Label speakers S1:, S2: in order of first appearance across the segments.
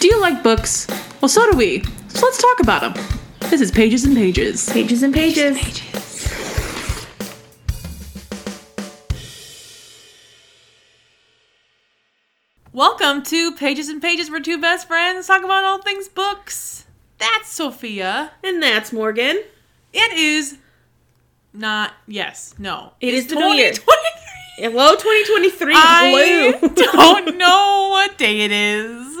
S1: Do you like books? Well, so do we. So let's talk about them. This is Pages and Pages.
S2: Pages and pages.
S1: Welcome to Pages and Pages. We're two best friends talk about all things books. That's Sophia.
S2: And that's Morgan.
S1: It is not. Yes. No.
S2: It is the new year.
S1: 2023.
S2: Hello, 2023.
S1: I
S2: Hello.
S1: don't know what day it is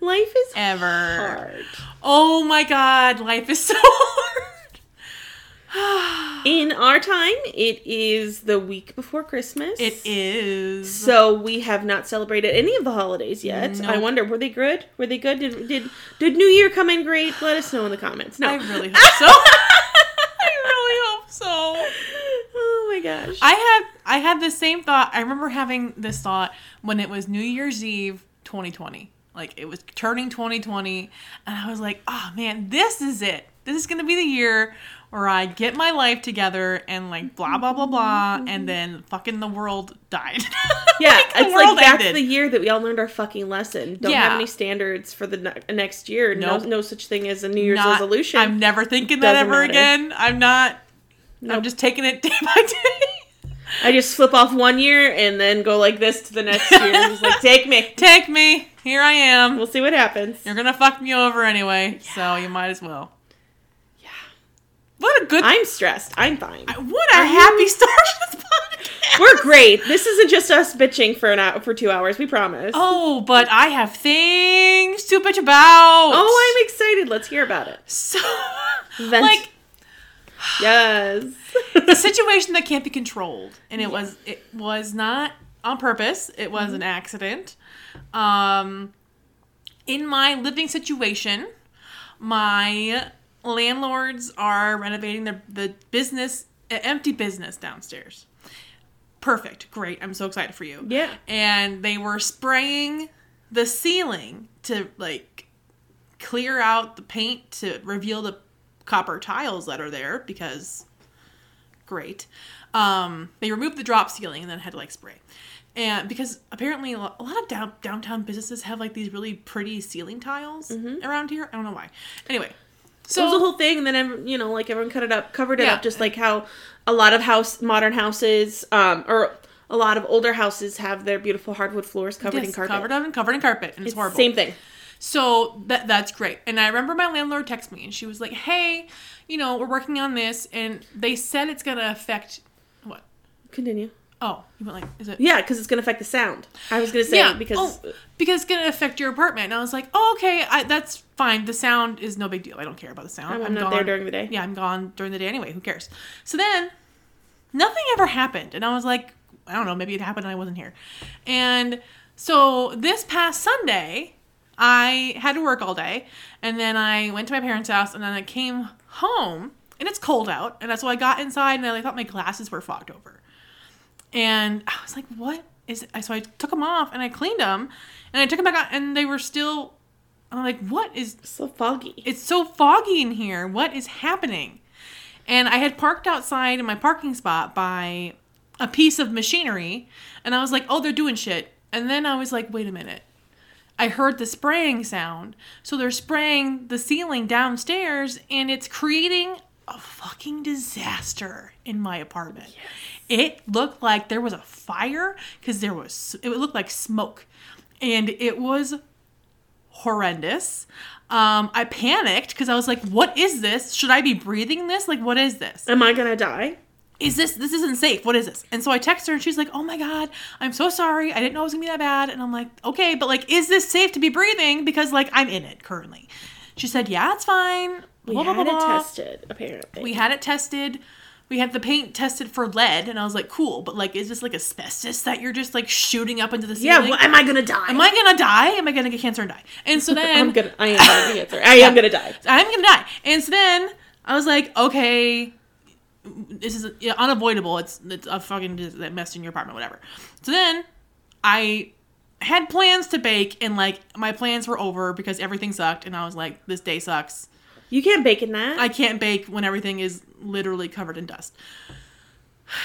S2: Life is
S1: ever.
S2: hard.
S1: Oh my god, life is so hard.
S2: In our time, it is the week before Christmas.
S1: it is.
S2: So we have not celebrated any of the holidays yet.
S1: No.
S2: I wonder, were they good? Were they good? Did did did New Year come in great? Let us know in the comments. No.
S1: I really hope so. I really hope so.
S2: oh my gosh.
S1: I had I had the same thought. I remember having this thought when it was New Year's Eve 2020. Like it was turning 2020 and I was like, "Oh man, this is it. This is going to be the year where I get my life together and like blah blah blah blah and then fucking the world died."
S2: yeah,
S1: Like, the
S2: it's
S1: world
S2: like that's
S1: ended.
S2: the year that we all learned our fucking lesson. Don't
S1: Yeah.
S2: have any standards for the ne- next year.
S1: Nope.
S2: No, no such thing as a New Year's
S1: Not-
S2: resolution.
S1: I'm never thinking that
S2: Doesn't
S1: ever
S2: matter.
S1: again. I'm not. I'm
S2: Nope.
S1: just taking it day by day.
S2: I just flip off one year and then go like this to the next year. and just like, take me.
S1: Take me. Here I am.
S2: We'll see what happens.
S1: You're gonna fuck me over anyway, so you might as well.
S2: Yeah.
S1: What a good.
S2: I'm stressed. I'm fine.
S1: what a happy start to this podcast.
S2: We're great. This isn't just us bitching for an hour, for two hours. We promise.
S1: Oh, but I have things to bitch about.
S2: Oh, I'm excited. Let's hear about it.
S1: so
S2: Vent.
S1: like
S2: Yes.
S1: the situation that can't be controlled, and it was it was not on purpose. It was an accident. Um, in my living situation, my landlords are renovating the the business uh, empty business downstairs. Perfect, great. I'm so excited for you.
S2: Yeah.
S1: And they were spraying the ceiling to like clear out the paint to reveal the copper tiles that are there because great. Um, they removed the drop ceiling and then had to like spray. And because apparently a lo- a lot of down, downtown businesses have like these really pretty ceiling tiles around here. I don't know why. Anyway,
S2: So it
S1: so
S2: was a Mm-hmm. whole thing, and then ev- you know, like everyone cut it up, covered it
S1: Yeah.
S2: up, just like how a lot of house, modern houses, um, or a lot of older houses have their beautiful hardwood floors covered in
S1: yes,
S2: carpet.
S1: covered up and covered in carpet, and it's, horrible.
S2: Same thing.
S1: So that that's great. And I remember my landlord texted me and she was like, "Hey, you know, we're working on this and they said it's going to affect what?
S2: Continue.
S1: Oh, you went like is it
S2: Yeah, because it's gonna affect the sound. I was gonna say because
S1: oh, because it's gonna affect your apartment. And I was like, oh okay, I, that's fine. The sound is no big deal. I don't care about the sound.
S2: I'm, I'm not there
S1: gone-
S2: during the day.
S1: Yeah, I'm gone during the day anyway. Who cares? So then, nothing ever happened, and I was like, I don't know, maybe it happened and I wasn't here. And so this past Sunday, I had to work all day, and then I went to my parents' house, and then I came home, and it's cold out, and so I got inside, and I like, thought my glasses were fogged over, and I was like, what is? It? So I took them off and I cleaned them, and I took them back out, and they were still. I'm like, what is
S2: So foggy.
S1: it's so foggy in here. What is happening? And I had parked outside in my parking spot by a piece of machinery, and I was like, oh, they're doing shit. And then I was like, wait a minute. I heard the spraying sound. So they're spraying the ceiling downstairs, and it's creating a fucking disaster in my apartment. It looked like there was a fire because there was, it looked like smoke. And it was horrendous. Um, I panicked because I was like, "What is this? Should I be breathing this? Like, what is this?
S2: Am I gonna die?
S1: Is this this isn't safe? What is this?" And so I text her, and she's like, "Oh my god, I'm so sorry. I didn't know it was gonna be that bad." And I'm like, "Okay, but like, is this safe to be breathing? Because like, I'm in it currently." She said, "Yeah, it's fine."
S2: We
S1: Blah, blah,
S2: had
S1: blah,
S2: it
S1: blah.
S2: tested apparently.
S1: We had it tested. We had the paint tested for lead, and I was like, "Cool," but like, is this like asbestos that you're just like shooting up into the
S2: yeah.
S1: ceiling?
S2: Well, am I gonna die?
S1: Am I gonna die? Am I gonna get cancer and die? And so then
S2: I'm gonna. I am gonna get there. I am gonna die.
S1: I'm gonna die. And so then I was like, okay, this is yeah, unavoidable. It's it's a fucking dis- that mess in your apartment, whatever. So then I had plans to bake, and like my plans were over because everything sucked, and I was like, this day sucks.
S2: You can't bake in that.
S1: I can't bake when everything is literally covered in dust.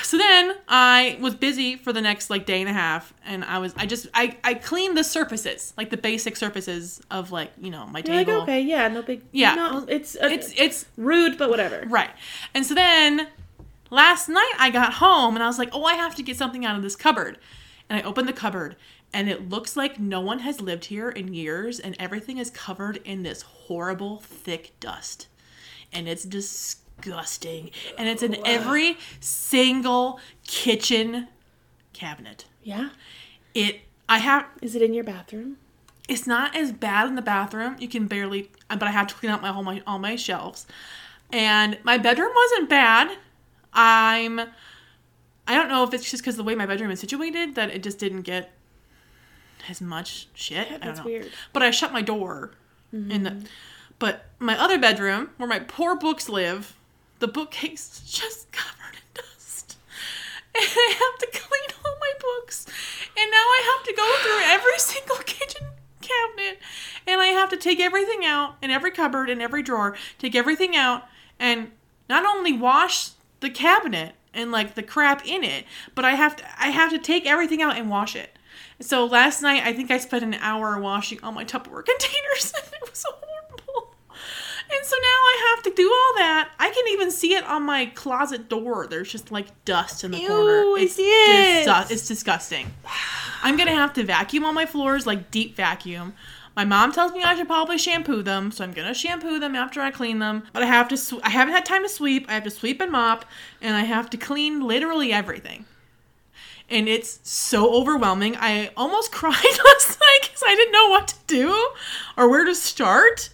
S1: So then I was busy for the next like day and a half, and I was I just I I cleaned the surfaces like the basic surfaces of like you know my
S2: You're
S1: table.
S2: like, okay, yeah, no big.
S1: Yeah.
S2: No, it's, uh,
S1: It's it's
S2: rude, but whatever.
S1: Right. And so then last night I got home and I was like, oh, I have to get something out of this cupboard. And I opened the cupboard and it looks like no one has lived here in years and everything is covered in this horrible thick dust. And it's disgusting. And it's in every single kitchen cabinet.
S2: Yeah.
S1: It, I have,
S2: Is it in your bathroom?
S1: it's not as bad in the bathroom. You can barely, but I have to clean out my all my all my shelves, and my bedroom wasn't bad. I'm, I don't know if it's just because the way my bedroom is situated that it just didn't get as much shit. I don't
S2: that's
S1: know.
S2: weird. Mm-hmm.
S1: But I shut my door, in the, but my other bedroom where my poor books live, the bookcase is just covered in dust and I have to clean all my books. And now I have to go through every single kitchen cabinet and I have to take everything out and every cupboard and every drawer, take everything out and not only wash the cabinet and like the crap in it, but I have to I have to take everything out and wash it. So last night I think I spent an hour washing all my Tupperware containers and it was horrible. And so now I have to do all that. I can even see it on my closet door. There's just like dust in the
S2: Ew,
S1: corner.
S2: I see it.
S1: disgu- it's disgusting. I'm gonna have to vacuum all my floors, like deep vacuum. My mom tells me I should probably shampoo them, so I'm gonna shampoo them after I clean them. But I have to. Sw- I haven't had time to sweep. I have to sweep and mop, and I have to clean literally everything. And it's so overwhelming. I almost cried last night because I didn't know what to do or where to start.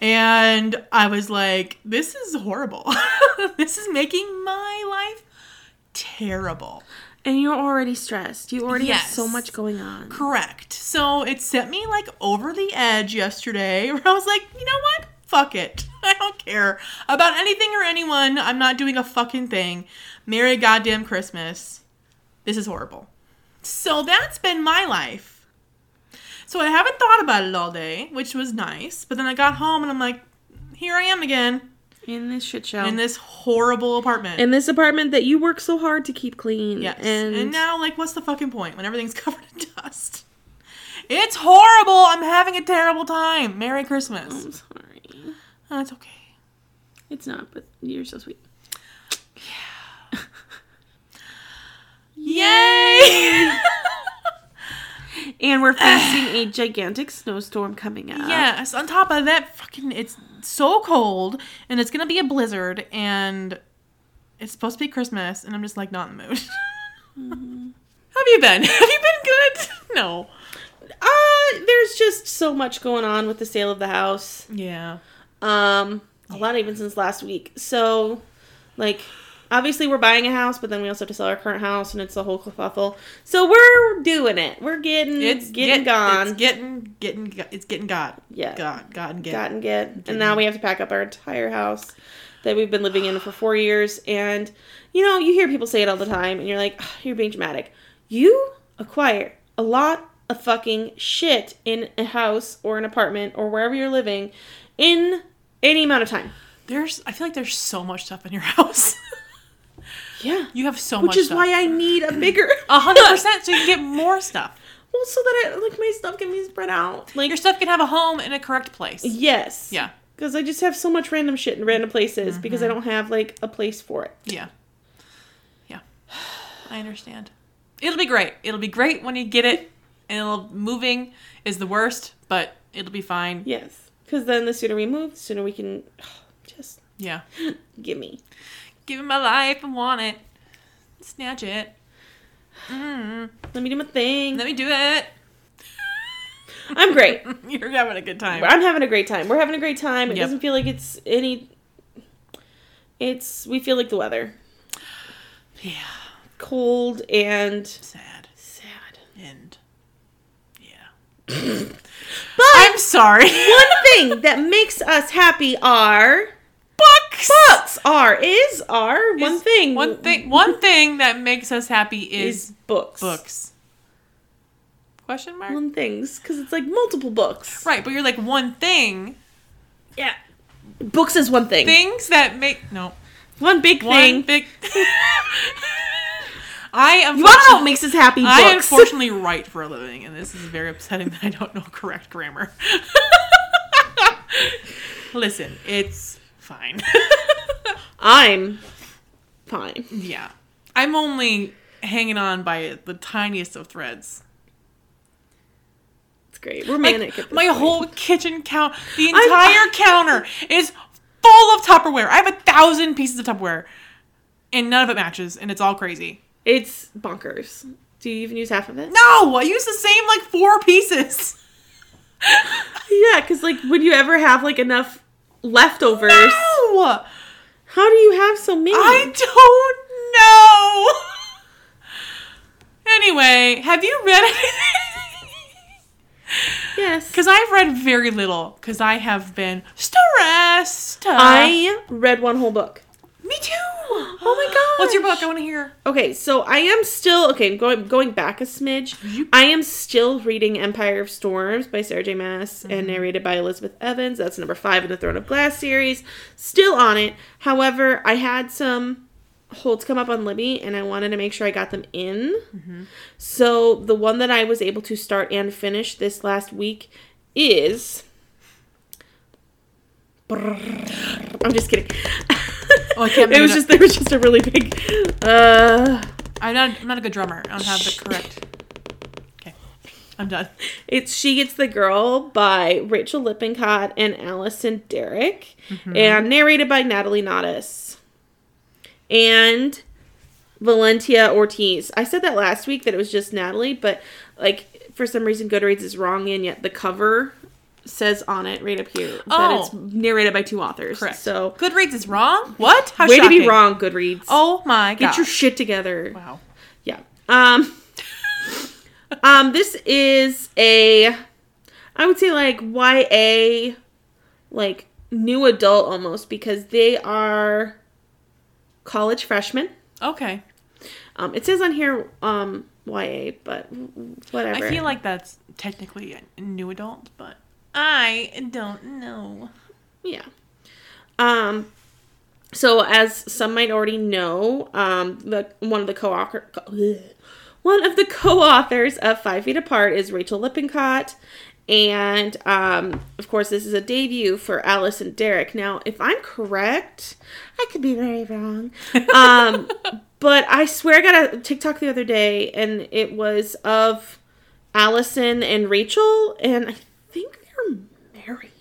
S1: And I was like, this is horrible. this is making my life terrible.
S2: And you're already stressed. You already have so
S1: Yes.
S2: much going on.
S1: Correct. So it sent me like over the edge yesterday where I was like, you know what? Fuck it. I don't care about anything or anyone. I'm not doing a fucking thing. Merry goddamn Christmas. This is horrible. So that's been my life. So I haven't thought about it all day, which was nice. But then I got home and I'm like, here I am again
S2: In this shit show.
S1: in this horrible apartment.
S2: in this apartment that you work so hard to keep clean.
S1: Yes. And,
S2: And,
S1: now, like, what's the fucking point when everything's covered in dust? It's horrible. I'm having a terrible time. Merry Christmas.
S2: I'm sorry.
S1: Oh, it's okay.
S2: It's not, but you're so sweet.
S1: Yay!
S2: And we're facing a gigantic snowstorm coming up.
S1: yes. On top of that, fucking, it's so cold and it's gonna be a blizzard and it's supposed to be Christmas and I'm just like not in the mood. How Mm-hmm. have you been? Have you been good? No.
S2: Uh, there's just so much going on with the sale of the house.
S1: Yeah.
S2: Um, a lot even since last week. So, like, obviously we're buying a house, but then we also have to sell our current house, and it's a whole kerfuffle. So we're doing it. We're getting
S1: It's get-
S2: getting gone.
S1: It's getting getting it's getting got.
S2: yeah,
S1: God, God, and get.
S2: gotten get. And
S1: Mm-hmm.
S2: now we have to pack up our entire house that we've been living in for four years. And you know, you hear people say it all the time, and you're like, "Ugh, you're being dramatic. You acquire a lot of fucking shit in a house or an apartment or wherever you're living in any amount of time.
S1: There's, I feel like there's so much stuff in your house.
S2: Yeah.
S1: you have so much.
S2: Which is
S1: stuff.
S2: why I need a bigger
S1: a hundred percent, so you can get more stuff.
S2: well, so that I, like my stuff can be spread out. Like
S1: Your stuff can have a home in a correct place.
S2: yes,
S1: Yeah, Mm-hmm.
S2: because I just have so much random shit in random places because I don't have like a place for it.
S1: yeah, yeah. I understand. It'll be great. It'll be great when you get it. And it'll, moving is the worst, but it'll be fine.
S2: Yes, because then the sooner we move, the sooner we can just
S1: Yeah.
S2: give me.
S1: Give it my life. I want it. Snatch it. Mm,
S2: Let me do my thing.
S1: let me do it.
S2: I'm great.
S1: You're having a good time.
S2: I'm having a great time. We're having a great time. It
S1: Yep.
S2: doesn't feel like it's any. It's we feel like the weather,
S1: Yeah.
S2: cold and
S1: Sad.
S2: sad.
S1: And yeah. I'm sorry.
S2: One thing that makes us happy are
S1: books.
S2: books. Are is are one
S1: Is-
S2: thing.
S1: One thing. One thing that makes us happy is,
S2: is books.
S1: books. Question mark.
S2: One things because it's like multiple books.
S1: Right, but you're like one thing.
S2: Yeah. Books is one thing.
S1: Things that make no.
S2: One big
S1: One
S2: thing.
S1: big. I
S2: you want to know what
S1: unfortunately,
S2: makes us happy? Books.
S1: I unfortunately write for a living, and this is very upsetting that I don't know correct grammar. Listen, it's fine.
S2: I'm fine.
S1: yeah, I'm only hanging on by the tiniest of threads.
S2: It's great. We're
S1: Like,
S2: manic. at this
S1: my
S2: point.
S1: whole kitchen count, the
S2: I'm-
S1: entire counter is full of Tupperware. I have a thousand pieces of Tupperware, and none of it matches, and it's all crazy.
S2: It's bonkers. Do you even use half of it?
S1: No, I use the same like four pieces.
S2: Yeah, because like, would you ever have like enough leftovers?
S1: No,
S2: How do you have so many?
S1: I don't know. anyway, have you read
S2: yes.
S1: Because I've read very little. Because I have been stressed.
S2: I read one whole book.
S1: Me too. Oh
S2: my gosh.
S1: What's your book? I want to hear.
S2: Okay, so I am still okay. I'm going going back a smidge.
S1: You-
S2: I am still reading *Empire of Storms* by Sarah J. Maas
S1: Mm-hmm.
S2: and narrated by Elizabeth Evans. That's number five in the *Throne of Glass* series. Still on it. However, I had some holds come up on Libby, and I wanted to make sure I got them in.
S1: Mm-hmm.
S2: So the one that I was able to start and finish this last week is. I'm just kidding.
S1: Oh, I can't
S2: it
S1: make it up.
S2: was just there was just a really big. Uh,
S1: I'm not. I'm not a good drummer. I don't have the
S2: Shh.
S1: correct. Okay, I'm done.
S2: It's She Gets the Girl by Rachel Lippincott and Allison Derrick,
S1: Mm-hmm.
S2: and narrated by Natalie Nottis and Valentia Ortiz. I said that last week that it was just Natalie, but like for some reason Goodreads is wrong, and yet the cover says on it right up here that
S1: Oh.
S2: it's narrated by two authors.
S1: Correct.
S2: So
S1: Goodreads is wrong. What? How
S2: way to be
S1: shocking.
S2: wrong, Goodreads.
S1: Oh my god.
S2: get your shit together.
S1: wow.
S2: Yeah. Um Um this is a I would say like YA like new adult almost because they are college freshmen.
S1: Okay.
S2: Um it says on here um YA, but whatever.
S1: I feel like that's technically a new adult, but I don't know.
S2: Yeah. Um so as some might already know, um the one of the co-author co- one of the co-authors of 5 Feet Apart is Rachel Lippincott and um of course this is a debut for Alice and Derek. Now, if I'm correct, I could be very wrong. Um but I swear I got a TikTok the other day and it was of Allison and Rachel and I think they're married.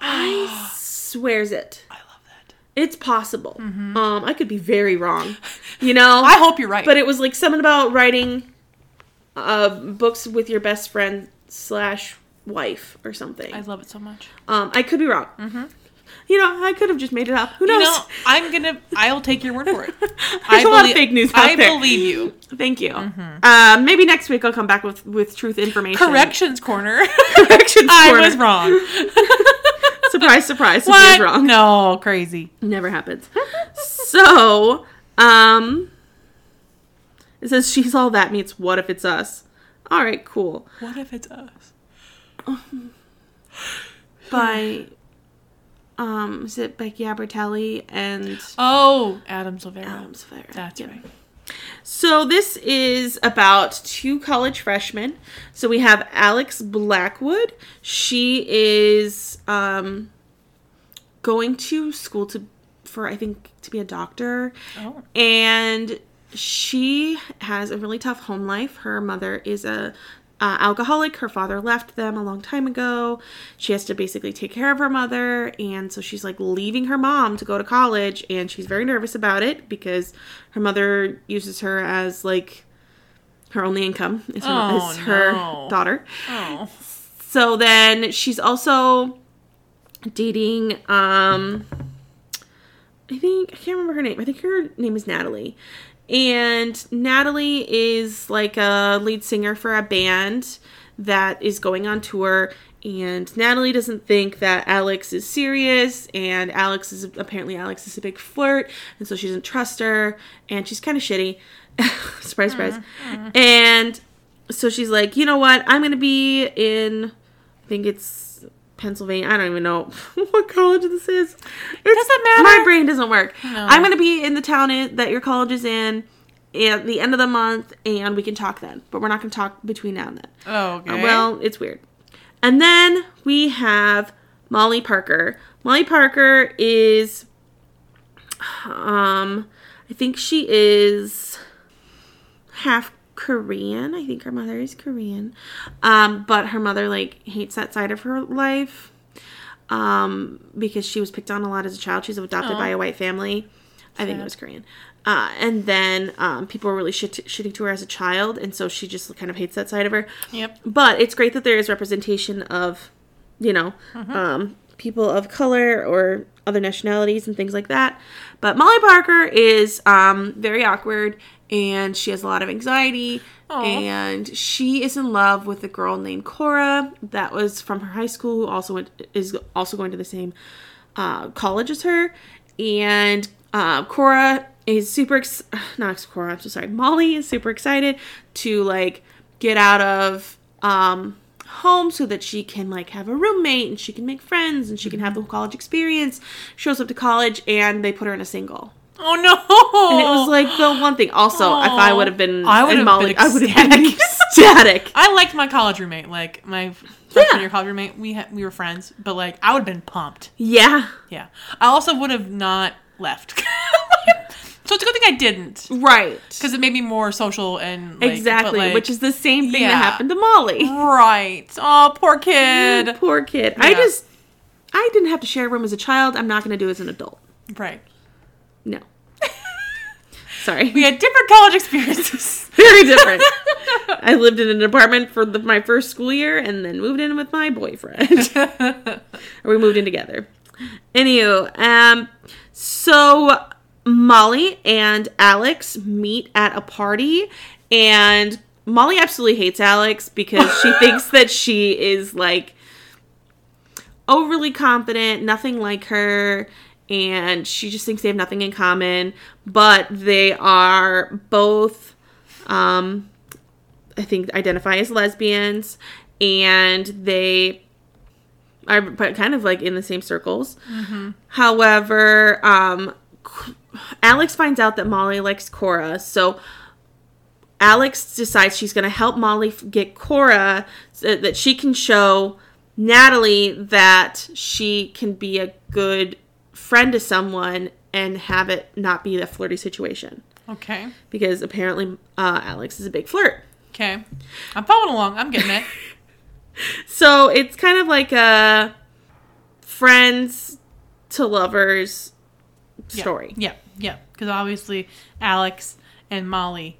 S2: I swears it.
S1: I love that.
S2: It's possible. Um, I could be very wrong, you know.
S1: Mm-hmm. I hope you're right.
S2: but it was like something about writing uh, books with your best friend slash wife or something.
S1: I love it so much.
S2: um, I could be wrong. You know, I could have just made it up. Who knows?
S1: You know, I'm gonna. I'll take your word for it.
S2: There's a lot of
S1: belie-
S2: fake news out
S1: I
S2: there.
S1: believe Mm-hmm. you.
S2: Thank you. Uh, maybe next week I'll come back with with truth information.
S1: Corrections corner.
S2: Corrections.
S1: I
S2: corner.
S1: was wrong.
S2: Surprise, surprise. Sophia's
S1: What?
S2: wrong.
S1: No, crazy.
S2: Never happens. so, um, it says she's all that means what if it's us? All right, cool.
S1: What if it's us?
S2: By, um, is it Becky Abertelli and
S1: Oh, Adam Silvera.
S2: Adam Silvera?
S1: That's
S2: Yeah.
S1: right.
S2: So this is about two college freshmen. So we have Alex Blackwood. She is um, going to school to for I think to be a doctor.
S1: Oh,
S2: and she has a really tough home life. Her mother is a uh, alcoholic. Her father left them a long time ago. She has to basically take care of her mother, and so she's like leaving her mom to go to college, and she's very nervous about it because her mother uses her as like her only income is her,
S1: Oh,
S2: is her
S1: no.
S2: daughter.
S1: oh,
S2: So then she's also dating um I think I can't remember her name. I think her name is Natalie. And Natalie is like a lead singer for a band that is going on tour and Natalie doesn't think that Alex is serious and Alex is apparently Alex is a big flirt and so she doesn't trust her and she's kind of shitty. surprise surprise.
S1: Mm,
S2: And so she's like, "You know what? I'm going to be in I think it's Pennsylvania. I don't even know what college this is.
S1: doesn't matter.
S2: My brain doesn't work.
S1: No.
S2: I'm going to be in the town i- that your college is in at the end of the month, and we can talk then. But we're not going to talk between now and then.
S1: Oh,
S2: Uh,
S1: okay.
S2: well, it's weird. And then we have Molly Parker. Molly Parker is, um, I think she is half Korean. I think her mother is Korean, um, but her mother like hates that side of her life, um, because she was picked on a lot as a child. She's adopted
S1: Aw.
S2: by a white family. I think it was Korean. Uh, and then um, people were really shit- shitting to her as a child, and so she just kind of hates that side of her
S1: yep.
S2: but it's great that there is representation of you know um, people of color or other nationalities and things like that but molly parker is um, very awkward and she has a lot of anxiety
S1: Aw.
S2: and she is in love with a girl named cora that was from her high school who also went, is also going to the same uh, college as her and uh, cora is super ex- not cora i'm so sorry molly is super excited to like get out of um, home so that she can like have a roommate and she can make friends and she can have the whole college experience. Shows up to college and they put her in a single.
S1: Oh no.
S2: And it was like the one thing. Also, if I would have been,
S1: I would
S2: in
S1: have
S2: Molly,
S1: been
S2: I would have been
S1: ecstatic.
S2: ecstatic.
S1: I liked my college roommate. Like my freshman year college roommate, we ha- we were friends, but like I would have been pumped.
S2: yeah,
S1: Yeah. I also would have not left. so it's a good thing I didn't
S2: right.
S1: because it made me more social and like,
S2: Exactly, which is the same thing
S1: Yeah.
S2: that happened to Molly.
S1: right. Oh, poor kid.
S2: Poor kid. I
S1: Yeah.
S2: just, I didn't have to share a room as a child. I'm not going to do as an adult.
S1: Right.
S2: No. Sorry.
S1: We had different college experiences.
S2: very different. I lived in an apartment for the, my first school year and then moved in with my boyfriend. or we moved in together. Anywho, um, so Molly and Alex meet at a party, and Molly absolutely hates Alex because she thinks that she is like overly confident, nothing like her, and she just thinks they have nothing in common. But they are both, um, I think, identify as lesbians, and they are but kind of like in the same circles. However, um, C- Alex finds out that Molly likes Cora, so. Alex decides she's going to help Molly f- get Cora so that she can show Natalie that she can be a good friend to someone and have it not be a flirty situation.
S1: okay.
S2: Because apparently, uh, Alex is a big flirt.
S1: Okay. I'm following along. I'm getting it.
S2: So it's kind of like a friends to lovers
S1: Yeah.
S2: story.
S1: Yeah. Yeah. Because obviously Alex and Molly,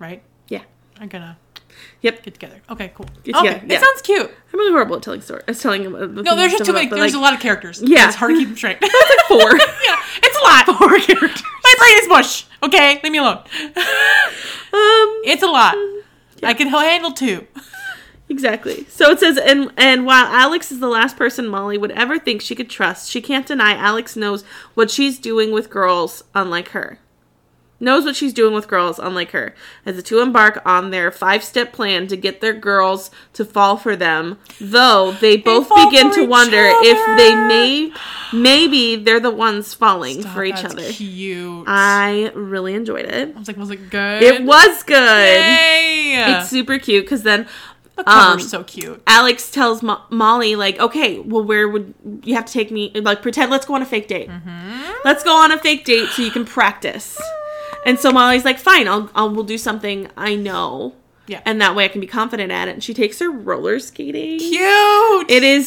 S1: right,
S2: Yeah.
S1: are gonna
S2: Yep.
S1: get together. Okay. Cool.
S2: Get
S1: okay.
S2: together, yeah.
S1: It sounds cute.
S2: I'm really horrible at telling stories. At telling them.
S1: No, there's just too many. There's a lot of characters.
S2: Yeah.
S1: It's hard to keep them straight.
S2: Four.
S1: yeah, it's a lot. Four characters. My brain is mush. Okay, leave me alone.
S2: um,
S1: it's a lot. I can handle two.
S2: Exactly. So it says, and and while Alex is the last person Molly would ever think she could trust, she can't deny Alex knows what she's doing with girls, unlike her. Knows what she's doing with girls, unlike her. As the two embark on their five-step plan to get their girls to fall for them, though they both
S1: fall
S2: begin
S1: for
S2: to
S1: each
S2: wonder if they
S1: other.
S2: may, maybe they're the ones falling
S1: Stop,
S2: for each
S1: that's
S2: other.
S1: Cute. Oh I
S2: I really enjoyed it.
S1: was like, was it good?
S2: It was good.
S1: Yay!
S2: It's super cute because then
S1: the cover's
S2: um,
S1: so cute.
S2: Alex tells Mo- Molly, like, okay, well, where would you have to take me? Like, pretend, let's go on a fake date.
S1: Mm-hmm.
S2: Let's go on a fake date so you can practice. And so Molly's like, fine, I'll, I'll we'll do something I know,
S1: Yeah.
S2: and that way I can be confident at it. And she takes her roller skating.
S1: cute.
S2: It is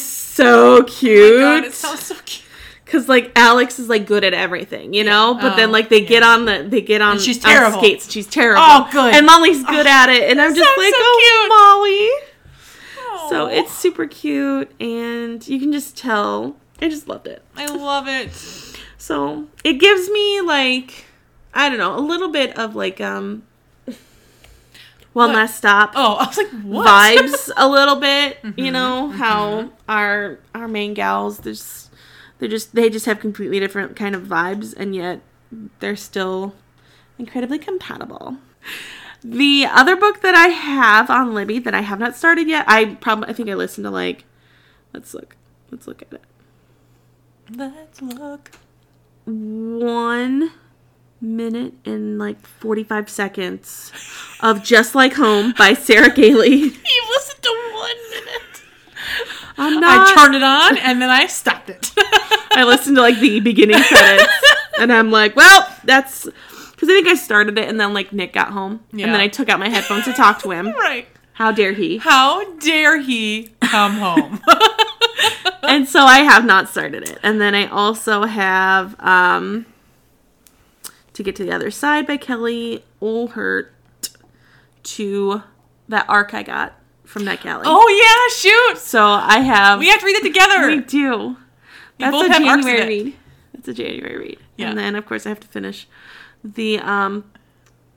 S1: Oh
S2: so
S1: my God,
S2: cute
S1: it sounds so cute.
S2: because like Alex is like good at everything, you know. But then
S1: Oh,
S2: like they
S1: yeah.
S2: get on the they get on,
S1: she's
S2: on
S1: terrible.
S2: skates. She's terrible.
S1: Oh, good.
S2: And Molly's good at it, and I'm just
S1: sounds
S2: like,
S1: so
S2: oh, Molly. So
S1: Aw,
S2: it's super cute, and you can just tell. I just loved it.
S1: I love it.
S2: So it gives me like, I don't know, a little bit of like um, one
S1: What?
S2: last stop
S1: Oh, I was like, what?
S2: vibes a little bit. You know how our our main gals there's they're just they just have completely different kind of vibes, and yet they're still incredibly compatible. The other book that I have on Libby that I have not started yet, I probably I think I listened to like, let's look, Let's look at it.
S1: Let's look.
S2: One minute and like 45 seconds of Just Like Home by Sarah Gailey.
S1: You listened to one minute. Uh,
S2: I'm
S1: I turned it on and then I stopped it.
S2: I listened to like the beginning credits and I'm like, well, that's because I think I started it and then like Nick got home
S1: Yeah.
S2: and then I took out my headphones to talk to him.
S1: right.
S2: How dare he?
S1: How dare he come home?
S2: and so I have not started it. And then I also have um, To Get to the Other Side by Kelly Olhert to that arc I got from that galley.
S1: oh yeah, shoot.
S2: So I have.
S1: We have to read it together.
S2: we do. That's
S1: both
S2: a
S1: have arcs in
S2: January
S1: it.
S2: read. That's a January read.
S1: Yeah.
S2: And then, of course, I have to finish the um,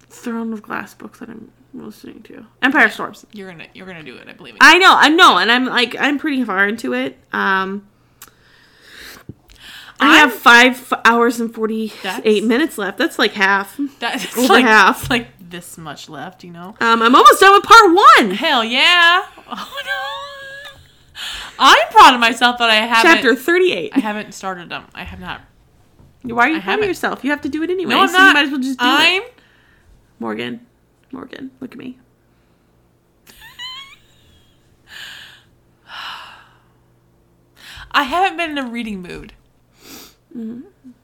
S2: Throne of Glass book that I'm listening to Empire of Storms.
S1: You're gonna you're gonna do it, I believe it.
S2: I know, I know, and I'm like I'm pretty far into it. Um I
S1: I'm-
S2: have five f- hours and forty
S1: That's-
S2: eight minutes left. That's like half. Um,
S1: That's
S2: Over
S1: like
S2: half.
S1: it's like this much left, you know.
S2: I'm almost done with part one.
S1: Hell yeah! Oh no! I'm proud of myself that I haven't.
S2: Chapter thirty eight.
S1: I haven't started them. I have not.
S2: Why are you proud
S1: haven't.
S2: of yourself? You have to do it anyway.
S1: No, I'm
S2: so
S1: not.
S2: you might as well just do
S1: I'm.
S2: it. Morgan. Morgan, look at me.
S1: I haven't been in a reading mood.
S2: Mm-hmm.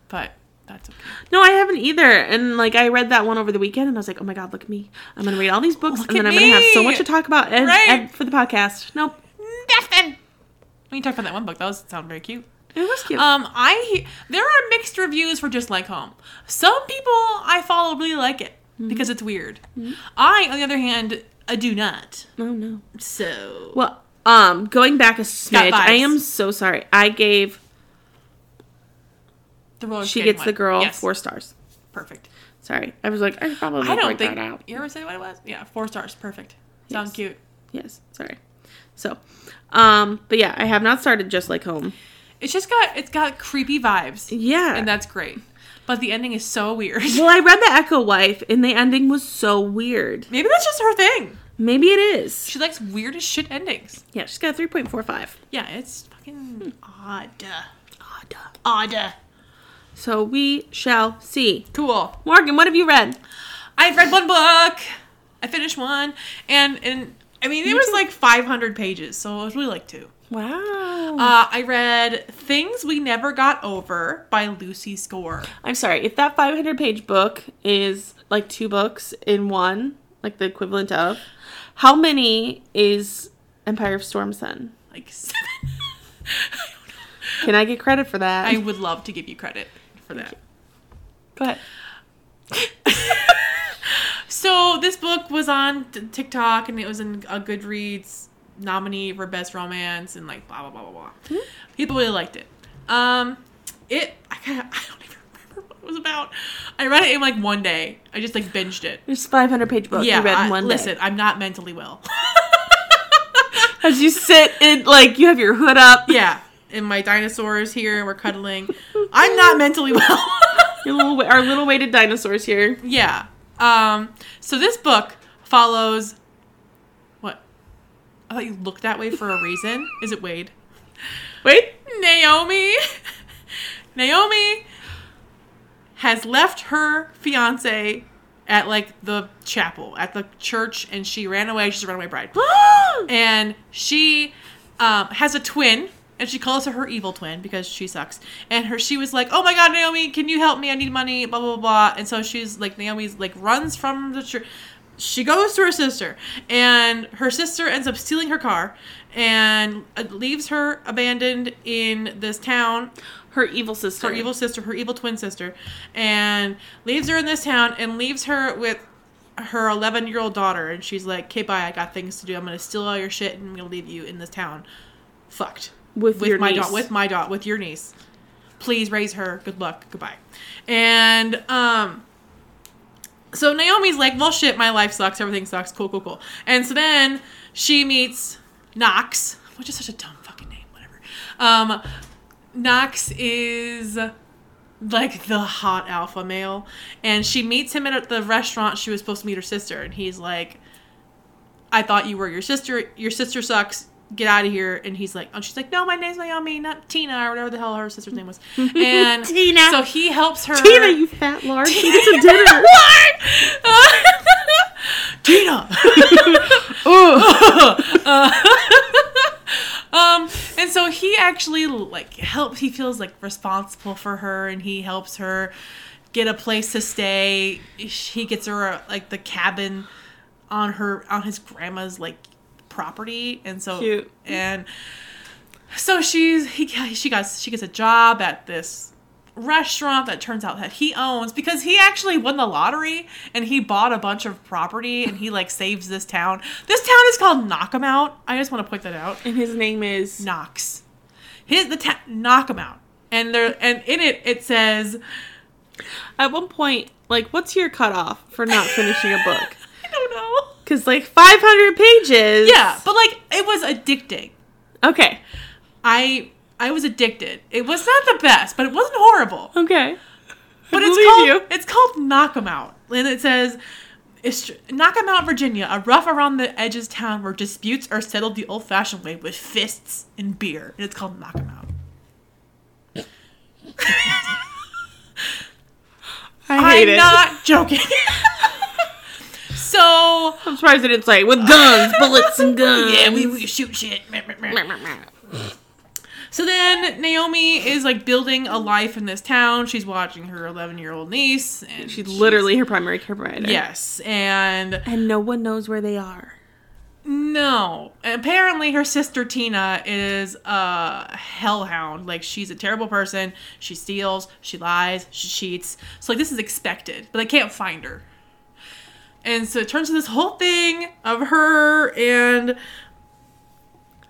S1: But that's okay.
S2: No, I haven't either. And like I read that one over the weekend and I was like, Oh my god, look at me. I'm gonna read all these books
S1: Look
S2: and
S1: at
S2: then I'm gonna have so
S1: me.
S2: much to talk about and,
S1: Right.
S2: and for the podcast. Nope.
S1: Nothing. When you talk about that one book, that was sound very cute.
S2: It was cute.
S1: Um, I he- there are mixed reviews for Just Like Home. Some people I follow really like it
S2: Mm-hmm.
S1: because it's weird. I, on the other hand, I do not.
S2: oh no.
S1: So
S2: Well, um, going back a smidge,
S1: vibes.
S2: I am so sorry. I gave
S1: the roller
S2: she
S1: skating
S2: gets the
S1: one.
S2: girl
S1: Yes.
S2: four stars.
S1: perfect.
S2: Sorry, I was like, I probably
S1: I don't
S2: worked
S1: think
S2: that out.
S1: you ever say what it was. Yeah, four stars, perfect. Sounds
S2: Yes.
S1: cute.
S2: Yes, sorry. So, um, but yeah, I have not started just like home.
S1: It's just got it's got creepy vibes,
S2: Yeah,
S1: and that's great. But the ending is so weird.
S2: well, I read the Echo Wife, and the ending was so weird.
S1: Maybe that's just her thing.
S2: Maybe it is.
S1: She likes weird as shit endings.
S2: Yeah, she's got three point four five.
S1: Yeah, it's fucking odd.
S2: Odd.
S1: Odd.
S2: So we shall see.
S1: Cool.
S2: Morgan, what have you read?
S1: I've read one book. I finished one, and and I mean it was like 500 pages, so it was really like two.
S2: Wow.
S1: Uh, I read "Things We Never Got Over" by Lucy Score.
S2: I'm sorry, if that 500 page book is like two books in one, like the equivalent of, how many is Empire of Storms then?
S1: Like seven.
S2: Can I get credit for that?
S1: I would love to give you credit for that.
S2: Go ahead.
S1: So this book was on t- TikTok and it was in a Goodreads nominee for best romance and like blah blah blah blah blah.
S2: Hmm?
S1: People really liked it. Um, it I kind of I don't even remember what it was about. I read it in like one day. I just like binged it.
S2: There's 500 page book
S1: yeah,
S2: Oh, you read
S1: I-
S2: in one
S1: listen,
S2: day.
S1: I'm not mentally well.
S2: As you sit in, like, you have your hood up,
S1: yeah, and my dinosaur is here and we're cuddling. I'm not mentally well.
S2: your little, wa- our little weighted dinosaurs here.
S1: Yeah. Um, so this book follows. What? I thought you looked that way for a reason. Is it Wade?
S2: Wait.
S1: Naomi. Naomi has left her fiance at like the chapel at the church, and she ran away. She's a runaway bride, and she um, has a twin. And she calls her her evil twin because she sucks. And her she was like, "Oh my God, Naomi, can you help me? I need money." Blah blah blah. And so she's like, Naomi's like runs from the church. She goes to her sister, and her sister ends up stealing her car and uh, leaves her abandoned in this town
S2: her evil sister.
S1: her evil sister, her evil twin sister, and leaves her in this town and leaves her with her 11 year old daughter. And she's like, okay, bye, I got things to do. I'm going to steal all your shit and I'm going to leave you in this town. Fucked.
S2: With your
S1: my
S2: niece.
S1: dot, with my dot, with your niece. Please raise her. Good luck. Goodbye. And, um, so Naomi's like, well, shit, my life sucks. Everything sucks. Cool, cool, cool. And so then she meets Knox, which is such a dumb fucking name, whatever. Um, Knox is like the hot alpha male, and she meets him at the restaurant she was supposed to meet her sister, and he's like, "I thought you were your sister. Your sister sucks. get out of here. And he's like, oh, she's like, no, my name's Naomi, not Tina or whatever the hell her sister's name was. And
S2: Tina.
S1: So he helps her.
S2: Tina, you fat lard, she gets a dinner.
S1: Tina. Uh, um, and so he actually like helps. He feels like responsible for her, and he helps her get a place to stay. He gets her a, like the cabin on her on his grandma's like property, and so
S2: Cute.
S1: and so she's he she got she gets a job at this restaurant that turns out that he owns because he actually won the lottery and he bought a bunch of property and he like saves this town. This town is called Knockamout. I just want to point that out.
S2: and his name is
S1: Knox. His the ta- Knockamout. And there and in it it says
S2: at one point like what's your cutoff for not finishing a book
S1: I don't know.
S2: because like 500 pages
S1: Yeah, but like it was addicting.
S2: okay
S1: I I was addicted. It was not the best, but it wasn't horrible.
S2: okay
S1: But
S2: I
S1: it's
S2: believe
S1: called
S2: you.
S1: it's called Knock 'em Out, and it says. "Est- Knock 'em out, Virginia, a rough around the edges town where disputes are settled the old fashioned way with fists and beer. And it's called Knock 'em Out.
S2: i hate
S1: I'm
S2: it
S1: not joking. so,
S2: i'm surprised they didn't say with guns bullets and guns
S1: yeah, we, we shoot shit. Meh, meh, meh. So then Naomi is like building a life in this town. She's watching her 11 year old niece. And
S2: she's literally her primary care provider
S1: Yes. And
S2: and no one knows where they are
S1: No. Apparently, her sister Tina is a hellhound. Like, she's a terrible person. She steals, she lies, she cheats. So, like, this is expected, but they can't find her. And so it turns to this whole thing of her and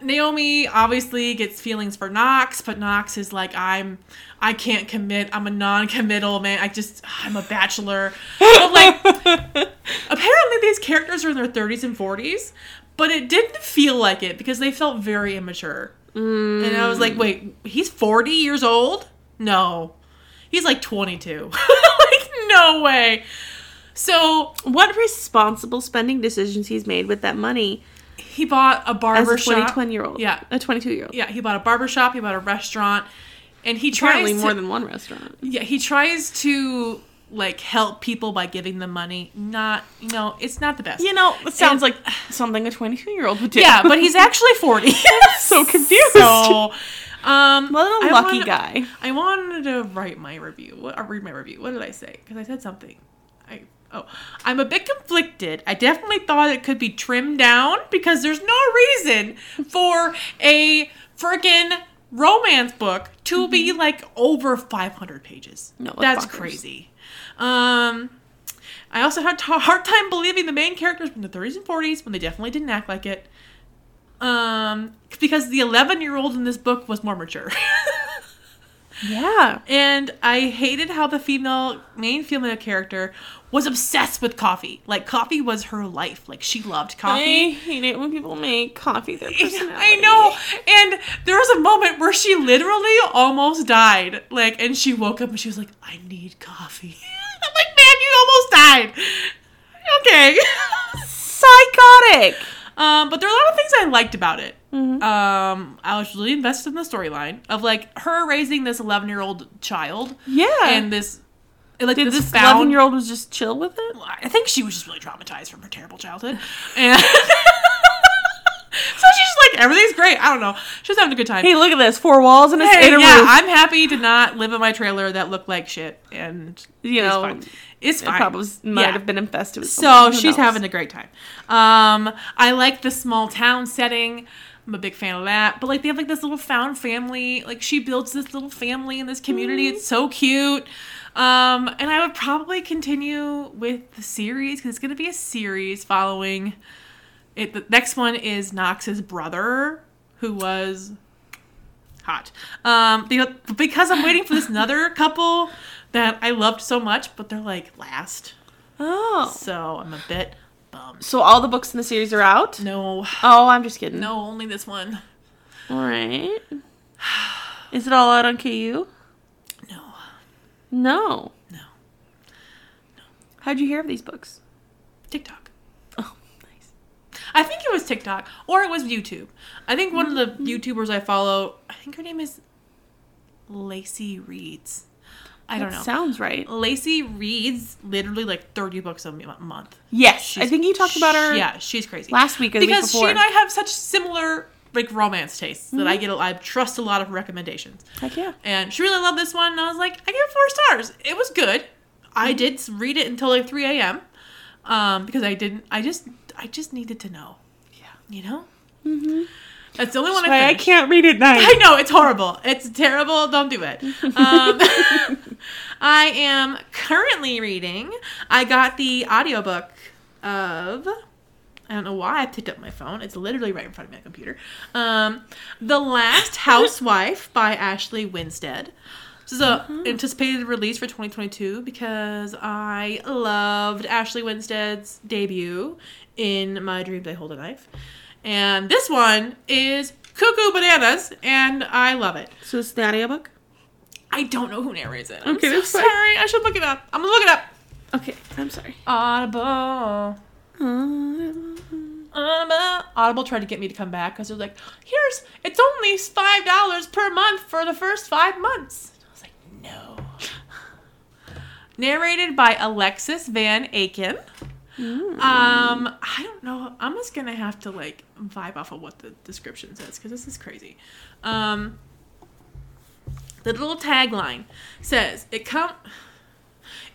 S1: Naomi obviously gets feelings for Knox, but Knox is like, I'm, I can't commit. I'm a non-committal man. I just, I'm a bachelor. But like, apparently these characters are in their 30s and 40s but it didn't feel like it because they felt very immature and i was
S2: Mm.
S1: like wait he's 40 years old no he's like 22 like no way so
S2: what responsible spending decisions he's made with that money
S1: he bought a
S2: as
S1: barber
S2: a 20,
S1: shop
S2: 20 year old
S1: Yeah.
S2: a 22 year old
S1: yeah he bought a barber shop he bought a restaurant and he
S2: apparently
S1: tries to,
S2: more than one restaurant
S1: yeah he tries to like help people by giving them money not you know it's not the best
S2: you know it sounds like something a 22 year old would do
S1: yeah but he's actually 40
S2: so confused
S1: So, um,
S2: what
S1: I
S2: a lucky
S1: wanna-
S2: guy
S1: I wanted to write my review. What, or read my review. What did I say? Because I said something. I oh, I'm a bit conflicted. I definitely thought it could be trimmed down because there's no reason for a freaking romance book to be like over 500 pages.
S2: No,
S1: that's
S2: that's bonkers.
S1: crazy. Um. I also had a hard time believing the main characters from the 30s and 40s when they definitely didn't act like it. Um, because the 11 year old in this book was more mature.
S2: yeah
S1: And I hated how the female main female character was obsessed with coffee. Like coffee was her life. Like she loved
S2: I
S1: coffee.
S2: hate it when people make coffee their personality.
S1: I know. And there was a moment where she literally almost died. Like and she woke up and she was like, "I need coffee." I'm like, "Man, you almost died." Okay.
S2: Psychotic.
S1: um, but there are a lot of things I liked about it.
S2: Mhm.
S1: Um, I was really invested in the storyline of like her raising this 11 year old child
S2: Yeah.
S1: and this like
S2: did
S1: this
S2: this eleven
S1: bound
S2: year old was just chill with it?
S1: I think she was just really traumatized from her terrible childhood. And so she's just like, everything's great. I don't know. She was having a good time.
S2: Hey, look at this. Four walls and a,
S1: Hey,
S2: and a
S1: yeah,
S2: roof.
S1: I'm happy to not live in my trailer that looked like shit. And
S2: you
S1: it's
S2: know,
S1: fine. It's
S2: it
S1: fine.
S2: probably was- might
S1: Yeah.
S2: have been infested with
S1: So she's having a great time. Um, I like the small town setting. I'm a big fan of that. But like they have like this little found family. Like she builds this little family in this community. It's so cute. Um, and I would probably continue with the series because it's gonna be a series following. It the next one is Knox's brother, who was hot. Um, the, because I'm waiting for this another couple that I loved so much, but they're like last.
S2: Oh.
S1: So I'm a bit bummed.
S2: So all the books in the series are out?
S1: No,
S2: Oh, I'm just kidding.
S1: no, only this one.
S2: All right. Is it all out on KU?
S1: No.
S2: No.
S1: No.
S2: How'd you hear of these books?
S1: TikTok.
S2: Oh, nice.
S1: I think it was TikTok or it was YouTube. I think one of
S2: Mm-hmm.
S1: the YouTubers I follow, I think her name is Lacey Reads. I don't
S2: That
S1: know.
S2: Sounds right.
S1: Lacey reads literally like 30 books a m- month.
S2: Yes, I
S1: She's-
S2: think you talked about her
S1: Yeah, she's crazy.
S2: last week or the week
S1: because
S2: before. Mm-hmm.
S1: she and I have such similar like romance tastes that I get a, I trust a lot of recommendations.
S2: Heck yeah.
S1: And she really loved this one, and I was like, I give it four stars. It was good.
S2: Mm-hmm.
S1: I did s- read it until like 3 a.m. Um, because I didn't. I just I just needed to know.
S2: Yeah.
S1: You know,
S2: Mm-hmm.
S1: that's the only one I.
S2: I
S1: finished.
S2: can't read at night.
S1: I know it's horrible. It's terrible. Don't do it. Um, I am currently reading. I got the audiobook of. I don't know why I picked up my phone. It's literally right in front of my computer. Um, the Last Housewife by Ashley Winstead. This is a anticipated release for 2022 because I loved Ashley Winstead's debut in My Dreams I Hold a Knife. And this one is Cuckoo Bananas, and I love it.
S2: So it's the audiobook?
S1: I don't know who narrates it. I'm
S2: Okay,
S1: so
S2: that's fine.
S1: sorry. I should look it up. I'm gonna look it up.
S2: Okay, I'm sorry.
S1: Audible.
S2: Mm.
S1: Audible. Audible tried to get me to come back because they're like, here's, it's only $5 per month for the first five months. I was like, no. Narrated by Alexis Van Aiken. Um, I don't know. I'm just gonna have to like vibe off of what the description says because this is crazy. Um, the little tagline says it come.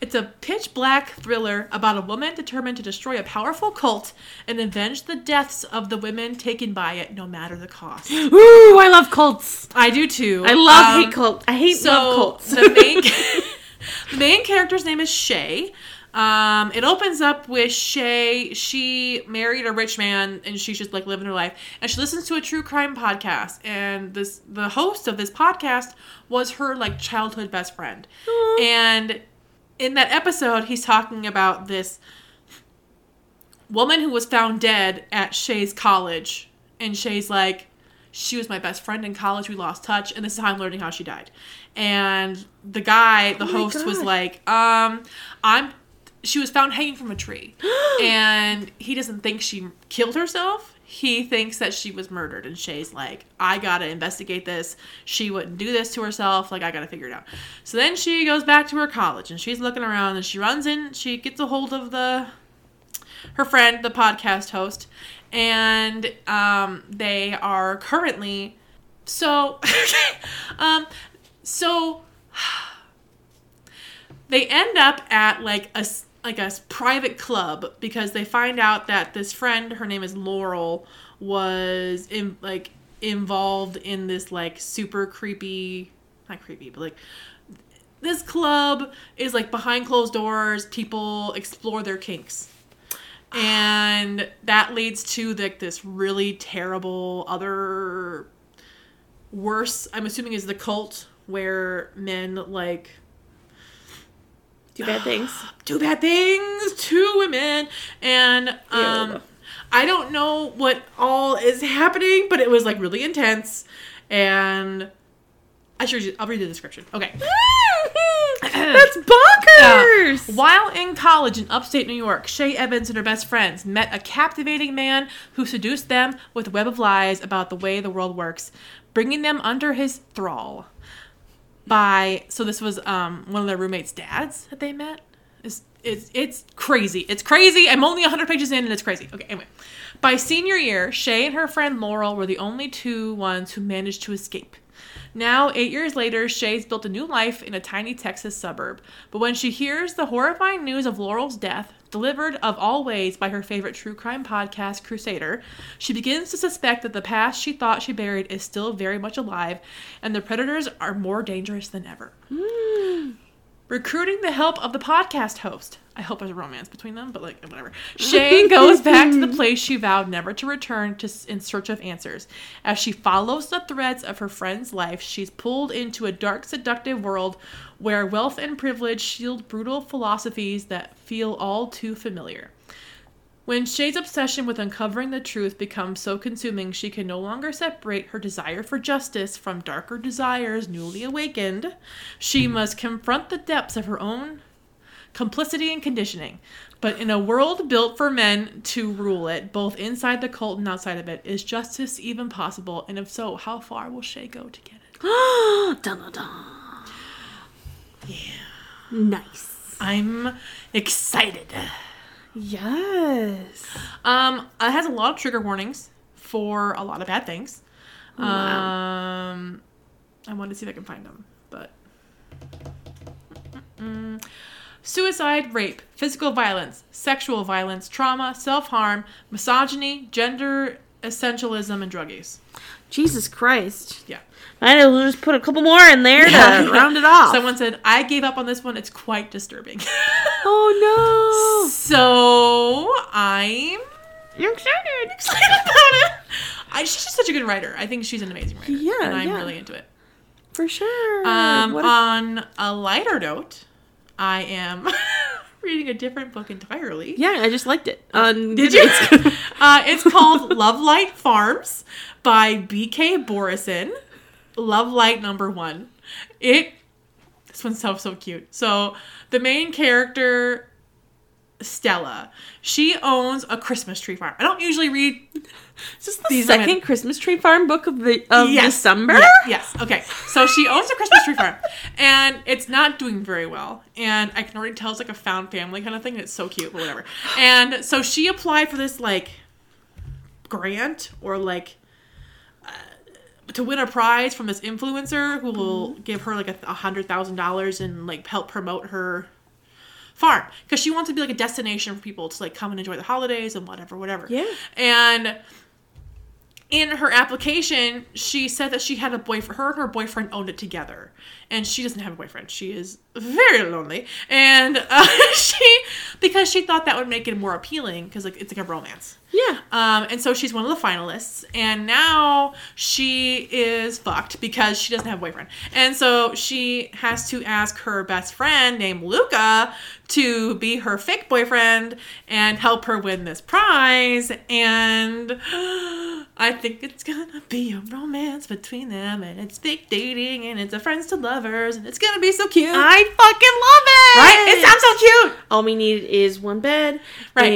S1: It's a pitch black thriller about a woman determined to destroy a powerful cult and avenge the deaths of the women taken by it, no matter the cost.
S2: Ooh, I love cults.
S1: I do too.
S2: I love
S1: Um,
S2: hate cults. I hate
S1: so
S2: love cults.
S1: the main the main character's name is Shay. Um, it opens up with Shay. She married a rich man, and she's just like living her life. And she listens to a true crime podcast. And this the host of this podcast was her like childhood best friend.
S2: Aw.
S1: And in that episode, he's talking about this woman who was found dead at Shay's college. And Shay's like, she was my best friend in college. We lost touch, and this is how I'm learning how she died. And the guy, the
S2: Oh my
S1: host, was
S2: God.
S1: like, um, I'm. She was found hanging from a tree, and he doesn't think she killed herself. He thinks that she was murdered, and Shay's like, I gotta investigate this. She wouldn't do this to herself. Like, I gotta figure it out. So then she goes back to her college, and she's looking around, and she runs in. She gets a hold of the her friend, the podcast host, and um, they are currently so um, so they end up at like a s- like a s- private club because they find out that this friend, her name is Laurel, was in like involved in this like super creepy, not creepy, but like this club is like behind closed doors. People explore their kinks and that leads to like this really terrible other worse i'm assuming is the cult where men like
S2: Do bad things.
S1: do bad things to women and um
S2: Ew.
S1: i don't know what all is happening but it was like really intense and i should i'll read the description okay
S2: That's bonkers.
S1: Yeah. While in college in upstate New York, Shay Evans and her best friends met a captivating man who seduced them with a web of lies about the way the world works, bringing them under his thrall. By so this was um, one of their roommates' dads that they met. It's, it's it's crazy. It's crazy. I'm only 100 pages in and it's crazy. Okay, anyway. By senior year, Shay and her friend Laurel were the only two ones who managed to escape. Now, eight years later, Shay's built a new life in a tiny Texas suburb. But when she hears the horrifying news of Laurel's death, delivered of all ways by her favorite true crime podcast, Crusader, she begins to suspect that the past she thought she buried is still very much alive, and the predators are more dangerous than ever. Recruiting the help of the podcast host. I hope there's a romance between them, but like, whatever. Shay goes back to the place she vowed never to return to in search of answers. As she follows the threads of her friend's life, she's pulled into a dark, seductive world where wealth and privilege shield brutal philosophies that feel all too familiar. When Shay's obsession with uncovering the truth becomes so consuming, she can no longer separate her desire for justice from darker Hmm. desires newly awakened. She must confront the depths of her own complicity and conditioning. But in a world built for men to rule it, both inside the cult and outside of it, is justice even possible? And if so, how far will Shay go to get it?
S2: dun dun dun. Yeah. Nice.
S1: I'm excited.
S2: Yes.
S1: Um, it has a lot of trigger warnings for a lot of bad things.
S2: Wow.
S1: Um, I want to see if I can find them, but Mm-mm. suicide, rape, physical violence, sexual violence, trauma, self harm, misogyny, gender essentialism, and drug use.
S2: Jesus Christ.
S1: Yeah.
S2: I will just put a couple more in there to round it off.
S1: Someone said I gave up on this one. It's quite disturbing.
S2: oh
S1: so I'm
S2: no. You're excited.
S1: excited about it. I, she's just such a good writer. I think she's an amazing writer.
S2: Yeah,
S1: and I'm
S2: yeah.
S1: really into it.
S2: For sure.
S1: Um,
S2: What a-
S1: on a lighter note, I am reading a different book entirely.
S2: yeah, I just liked it. Um,
S1: Did you? uh, it's called Love Light Farms by B.K. Borison. Love Light number one. It. This one's so so cute. So the main character, Stella, she owns a Christmas tree farm. I don't usually read.
S2: Is this the
S1: These
S2: second
S1: women-
S2: Christmas tree farm book of the of
S1: Yes.
S2: December?
S1: Yeah, Yes. Okay. So she owns a Christmas tree farm, and it's not doing very well. And I can already tell it's like a found family kind of thing. And it's so cute, but whatever. And so she applied for this like grant or like uh, to win a prize from this influencer who will give her like a a hundred thousand dollars and like help promote her farm because she wants to be like a destination for people to like come and enjoy the holidays and whatever, whatever.
S2: Yeah.
S1: And in her application, she said that she had a boyfriend. Her and her boyfriend owned it together, and she doesn't have a boyfriend. She is very lonely, and uh, she because she thought that would make it more appealing because like it's like a romance.
S2: Yeah.
S1: Um, and so she's one of the finalists, and now she is fucked because she doesn't have a boyfriend. And so she has to ask her best friend named Luca to be her fake boyfriend and help her win this prize. And I think it's gonna be a romance between them, and it's fake dating, and it's a friends to lovers, and it's gonna be so cute.
S2: I fucking love
S1: right?
S2: it.
S1: It sounds so cute!
S2: All we need is one bed,
S1: Right.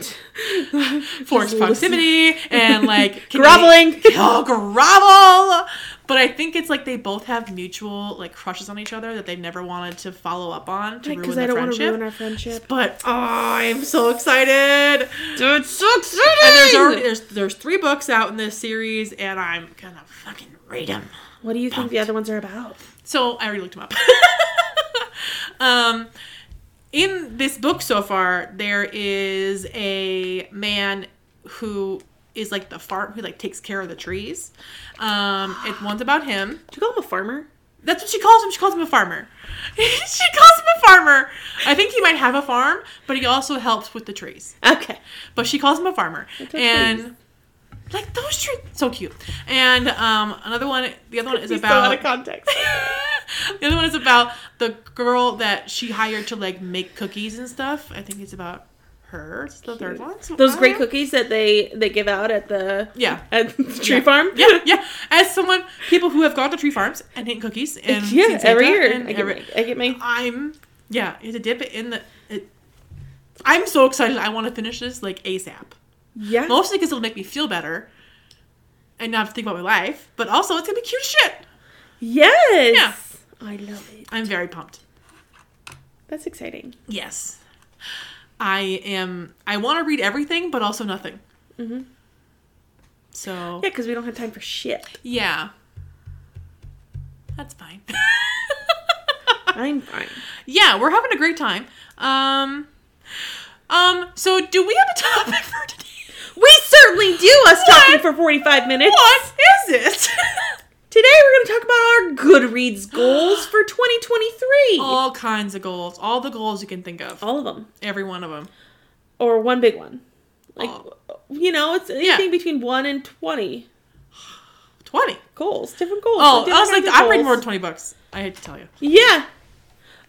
S2: And
S1: forced
S2: Just listen.
S1: proximity and like can
S2: Groveling.
S1: they- oh, grovel. But I think it's like they both have mutual like crushes on each other that they never wanted to follow up on to ruin
S2: Because
S1: the
S2: I don't want to
S1: friendship.
S2: ruin our friendship.
S1: but oh, I'm so excited!
S2: Dude, so exciting!
S1: And there's already there's there's three books out in this series, and I'm gonna fucking read them.
S2: what do you think the other ones are about?
S1: So I already looked him up. um, in this book so far, there is a man who is like the farm who like takes care of the trees. Um, it one's about him.
S2: Do you call him a farmer?
S1: That's what she calls him. She calls him a farmer. she calls him a farmer. I think he might have a farm, but he also helps with the trees
S2: Okay.
S1: but she calls him a farmer
S2: That's
S1: and like those trees so cute and um another one the other one is
S2: He's so
S1: about
S2: out of context.
S1: the other one is about the girl that she hired to like make cookies and stuff i think it's about her it's the third one so
S2: Those
S1: I
S2: great
S1: am-
S2: cookies that they they give out at the
S1: yeah
S2: at the tree
S1: Yeah.
S2: farm.
S1: yeah yeah as someone people who have gone to tree farms and eaten cookies and
S2: yeah.
S1: seen Santa
S2: every year
S1: and
S2: I get,
S1: every-
S2: my, I get my.
S1: i'm yeah you have to dip it in the it, i'm so excited i want to finish this like asap
S2: Yeah.
S1: Mostly because it'll make me feel better and not have to think about my life, but also it's gonna be cute shit.
S2: Yes. I love it.
S1: I'm very pumped.
S2: That's exciting.
S1: Yes. I am, I wanna read everything, but also nothing.
S2: Mhm.
S1: So,
S2: Yeah, because we don't have time for shit.
S1: yeah. That's fine.
S2: I'm fine.
S1: yeah, we're having a great time. Um, um, so do we have a topic for today?
S2: We certainly do us talking
S1: What?
S2: for 45 minutes.
S1: What is it?
S2: Today we're going to talk about our Goodreads goals for 2023. All,
S1: all kinds of goals, all the goals you can think of,
S2: of them.
S1: every one of them.
S2: Or one big one. Like,
S1: All.
S2: you know, it's anything between 1 and 20
S1: 20.
S2: goals. Different goals.
S1: Oh,
S2: different
S1: I was like,
S2: kinds of
S1: I'm reading more than 20
S2: goals.
S1: bucks. I hate to tell you.
S2: Yeah.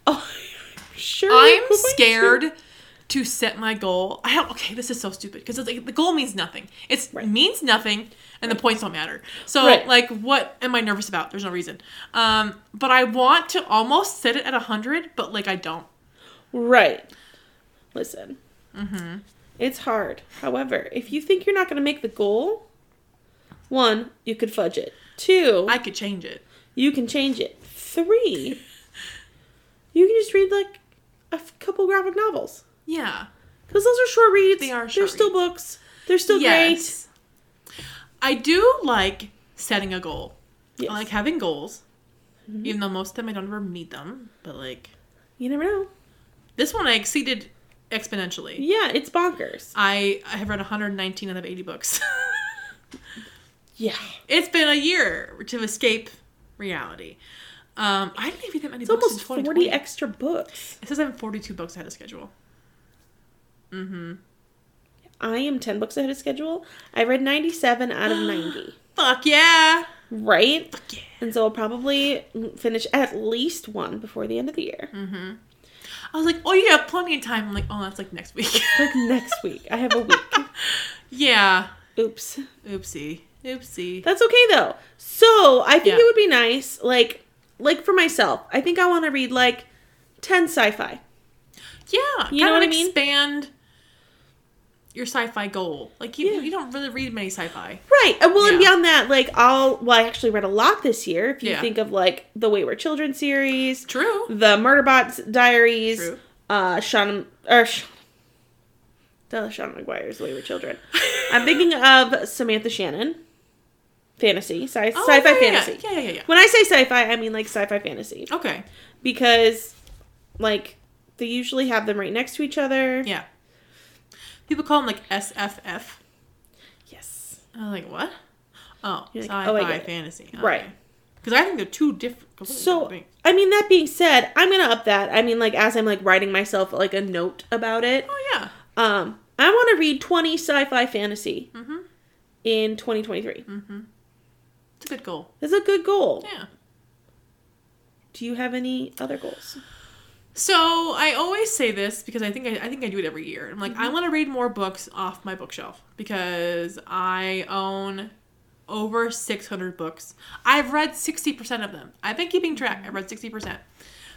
S2: Oh, sure.
S1: I'm
S2: We're going to-
S1: scared to set my goal. I don't, okay, this is so stupid because it's like the goal means nothing. It
S2: Right.
S1: means nothing and the points don't matter. So,
S2: Right.
S1: like, what am I nervous about? There's no reason. Um, but I want to almost set it at 100, but like, I don't.
S2: Right. Listen.
S1: Mm-hmm.
S2: It's hard. However, if you think you're not going to make the goal, one, you could fudge it. Two,
S1: I could change it.
S2: you can change it. Three, you can just read like a f- couple graphic novels.
S1: Yeah.
S2: Because those are short reads.
S1: They are
S2: They're
S1: short
S2: still books. They're still
S1: Yes. I do like setting a goal.
S2: great. Yes. Mm-hmm.
S1: I like having goals. Even though most of them I don't ever meet them, but like
S2: you never know.
S1: this one I exceeded exponentially.
S2: Yeah, it's
S1: Uh,
S2: bonkers.
S1: I I have read 119 out of 80 books.
S2: Yeah.
S1: it's been a year to escape reality. Um, I didn't even get that many
S2: It's
S1: books
S2: almost
S1: in
S2: 40
S1: 2020.
S2: extra books.
S1: it says I have 42 books ahead of schedule. Mm-hmm.
S2: I am 10 books ahead of schedule. I read 97 out of 90.
S1: Fuck yeah!
S2: Right?
S1: Fuck yeah!
S2: And so I'll probably finish at least one before the end of the year.
S1: Mm-hmm. I was like, oh, you have plenty of time. I'm like, oh, that's like next week.
S2: Like next week. I have a week.
S1: yeah.
S2: Oops.
S1: Oopsie. Oopsie.
S2: That's okay though. So I think
S1: Yeah.
S2: it would be nice, like like for myself, I think I want to read like 10 sci-fi.
S1: Yeah.
S2: You
S1: kind
S2: know
S1: of
S2: what I mean?
S1: Expand your sci-fi goal. Like you,
S2: Yeah.
S1: you don't really read many sci-fi.
S2: Right. And well, and
S1: Yeah.
S2: beyond that, like I'll well, I actually read a lot this year. If you
S1: Yeah.
S2: think of like the Wayward Children series,
S1: True.
S2: the Murderbot's Diaries,
S1: True.
S2: uh, Sean or Sh- the Sean McGuire's Wayward Children. I'm thinking of Samantha Shannon, fantasy, sci-
S1: Oh,
S2: sci-fi
S1: yeah, yeah,
S2: fantasy.
S1: Yeah, yeah, yeah.
S2: When I say sci-fi, I mean like sci-fi fantasy
S1: yeah. Okay.
S2: because, like, they usually have them right next to each other.
S1: Yeah. People call them like SFF.
S2: Yes.
S1: I was like, what? Oh,
S2: You're like,
S1: sci-fi
S2: oh, I get it.
S1: fantasy.
S2: Right.
S1: Because I think they're two different. completely
S2: So-
S1: different things.
S2: I mean, that being said, I'm gonna up that. I mean, like, as I'm like writing myself like a note about it.
S1: Oh yeah.
S2: Um, I want to read 20 sci-fi fantasy
S1: Mm-hmm.
S2: in 2023.
S1: Mm-hmm. It's a good goal.
S2: That's a good goal.
S1: Yeah.
S2: Do you have any other goals?
S1: So I always say this because I think I, I think I do it every year. I'm like, I want to read more books off my bookshelf because I own over 600 books. I've read 60% of them. I've been keeping track. I've read 60%.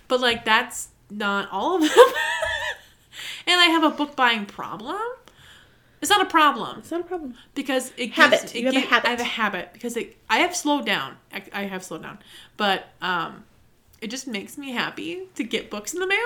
S1: But like that's not all of them. and I have a book buying problem. It's not a problem
S2: It's not a problem.
S1: because it gives,
S2: Habit.
S1: It
S2: You have a
S1: gi-
S2: habit.
S1: I have a habit because it, I have slowed down. I, I have slowed down, but um, it just makes me happy to get books in the mail.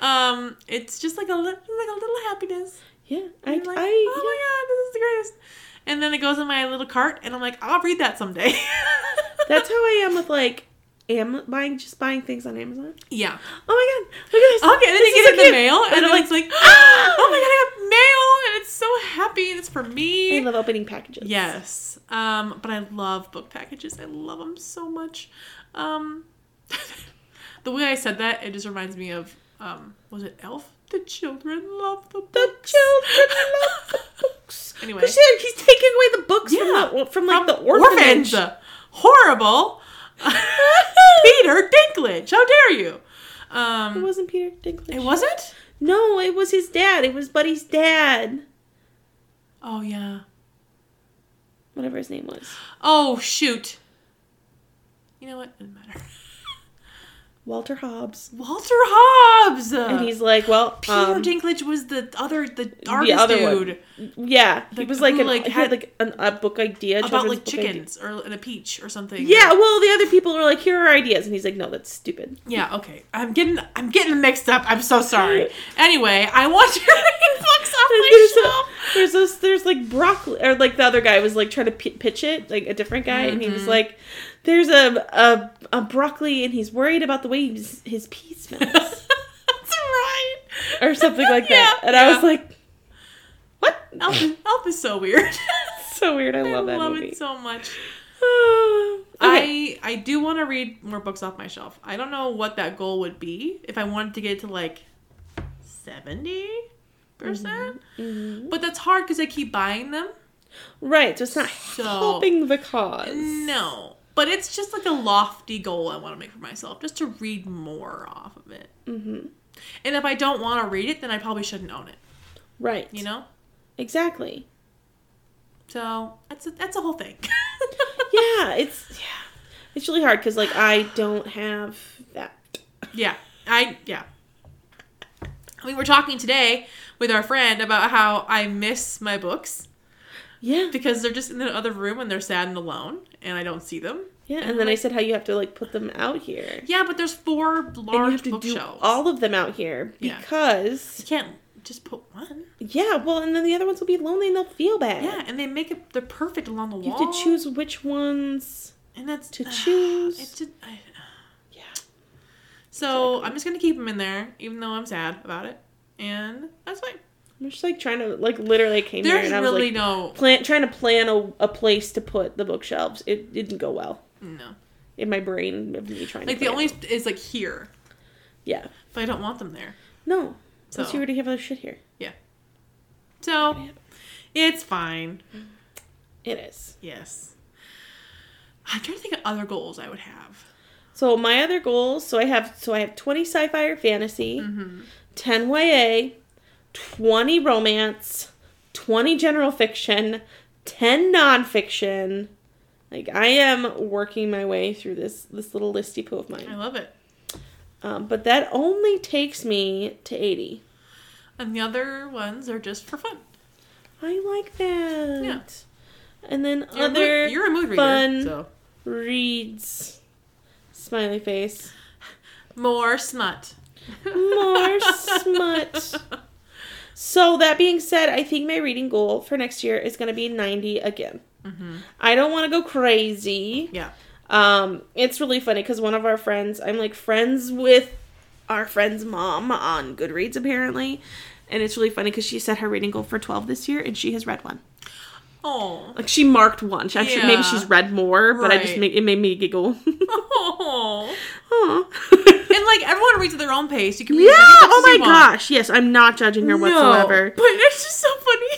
S1: Um, it's just like a little, like a little happiness.
S2: Yeah, I,
S1: I'm like,
S2: I,
S1: oh my god, this is the greatest. And then it goes in my little cart, and I'm like, I'll read that someday.
S2: that's how I am with like, am buying just buying things on Amazon.
S1: yeah.
S2: Oh my god, look at this.
S1: Okay, then
S2: This
S1: you
S2: is
S1: get it in
S2: so
S1: the
S2: cute.
S1: mail, and,
S2: And I'm
S1: then
S2: like,
S1: it's like,
S2: "Ah!"
S1: oh my god, I got mail, and it's so happy, and it's for me.
S2: I love opening packages.
S1: Yes. Um, but I love book packages. I love them so much. Um, the way I said that, it just reminds me of um, was it Elf? The children love the books.
S2: The children love the books.
S1: Anyway.
S2: Because yeah, he's taking away the books from
S1: Yeah.
S2: the from like the
S1: orphans.
S2: orphanage.
S1: Horrible. Peter Dinklage. How dare you?
S2: It
S1: Um,
S2: wasn't Peter Dinklage.
S1: it wasn't.
S2: No, it was his dad. It was Buddy's dad.
S1: Oh yeah.
S2: Whatever his name was,
S1: Oh shoot. You know what? Doesn't matter.
S2: Walter Hobbs.
S1: Walter Hobbs.
S2: and he's like, well,
S1: Uh, Peter
S2: um,
S1: Dinklage was the other the artist
S2: other one.
S1: dude.
S2: yeah, he
S1: Like,
S2: was like,
S1: who,
S2: an,
S1: like,
S2: he had
S1: had-
S2: like an, a book idea
S1: about
S2: children's
S1: like
S2: book idea.
S1: chickens or a peach or something.
S2: Yeah, well, the other people were like, here are ideas, and he's like, no, that's stupid.
S1: Yeah. Okay. I'm getting I'm getting mixed up. I'm so sorry. Anyway, I want to read books off my
S2: There's, a,
S1: shelf.
S2: there's this, there's like broccoli, or like the other guy was like trying to p- pitch it, like a different guy, and he was
S1: Mm-hmm.
S2: like, there's a, a a broccoli, and he's worried about the way his his pee smells,
S1: That's right.
S2: or something like that.
S1: Yeah,
S2: And I
S1: yeah.
S2: was like, what?
S1: Elf, is- Elf is so weird.
S2: so weird. I love that movie.
S1: it so much.
S2: okay.
S1: I I do want to read more books off my shelf. I don't know what that goal would be if I wanted to get to like seventy percent,
S2: Mhm.
S1: but that's hard because I keep buying them.
S2: Right, so it's not
S1: So-
S2: helping the cause.
S1: No. But it's just like a lofty goal I want to make for myself, just to read more off of it.
S2: Mm-hmm.
S1: And if I don't want to read it, then I probably shouldn't own it,
S2: Right.
S1: you know?
S2: Exactly.
S1: So that's a, that's a whole thing.
S2: Yeah, it's yeah, it's really hard because like I don't have that.
S1: yeah. I, yeah. We were talking today with our friend about how I miss my books
S2: Yeah.
S1: because they're just in the other room and they're sad and alone and I don't see them.
S2: Yeah. And then I said how you have to like put them out here.
S1: Yeah, but there's four
S2: And you
S1: large
S2: have to do
S1: bookshelves.
S2: all of them out here
S1: Yeah.
S2: because
S1: you can't just put one.
S2: yeah. well, and then the other ones will be lonely and they'll feel bad.
S1: Yeah, and they make it. They're perfect along the wall.
S2: You have to choose which ones.
S1: and that's
S2: to choose.
S1: It's just, I,
S2: Yeah.
S1: so
S2: Exactly.
S1: I'm just gonna keep them in there, even though I'm sad about it, and that's fine.
S2: I'm just like trying to like literally I came here
S1: There's
S2: and I was
S1: really
S2: like
S1: no
S2: plan trying to plan a, a place to put the bookshelves. It, didn't go well
S1: no.
S2: in my brain of me trying
S1: Like
S2: to
S1: the
S2: plan.
S1: only is like here,
S2: yeah
S1: but I don't want them there.
S2: no
S1: So
S2: since you already have other shit here
S1: so it's fine.
S2: it is
S1: Yes. I'm trying to think of other goals I would have.
S2: so my other goals so I have so I have 20 sci-fi or fantasy
S1: Mm-hmm.
S2: 10 YA 20 romance 20 general fiction 10 nonfiction like I am working my way through this this little listy poo of
S1: I
S2: mine
S1: love it.
S2: um, but that only takes me to 80
S1: And the other ones are just for fun.
S2: I like that.
S1: Yeah.
S2: And then
S1: You're, a,
S2: other
S1: mood, you're a mood reader,
S2: fun-
S1: so
S2: reads. Smiley face.
S1: more smut.
S2: More smut. So that being said, I think my reading goal for next year is going to be 90 again.
S1: hmm
S2: I don't want to go crazy.
S1: Yeah.
S2: Um, it's really funny because one of our friends, I'm like friends with our friend's mom on Goodreads apparently, and it's really funny because she set her reading goal for 12 this year and she has read one.
S1: Oh.
S2: Like she marked one. She actually maybe
S1: Yeah.
S2: she's read more, but I just
S1: Right.
S2: made it made me giggle.
S1: oh.
S2: Aw.
S1: And like everyone reads at their own pace. You can read
S2: yeah.
S1: as many books
S2: Oh
S1: as you
S2: my
S1: want.
S2: gosh. Yes, I'm not judging her
S1: No,
S2: whatsoever
S1: But it's just so funny.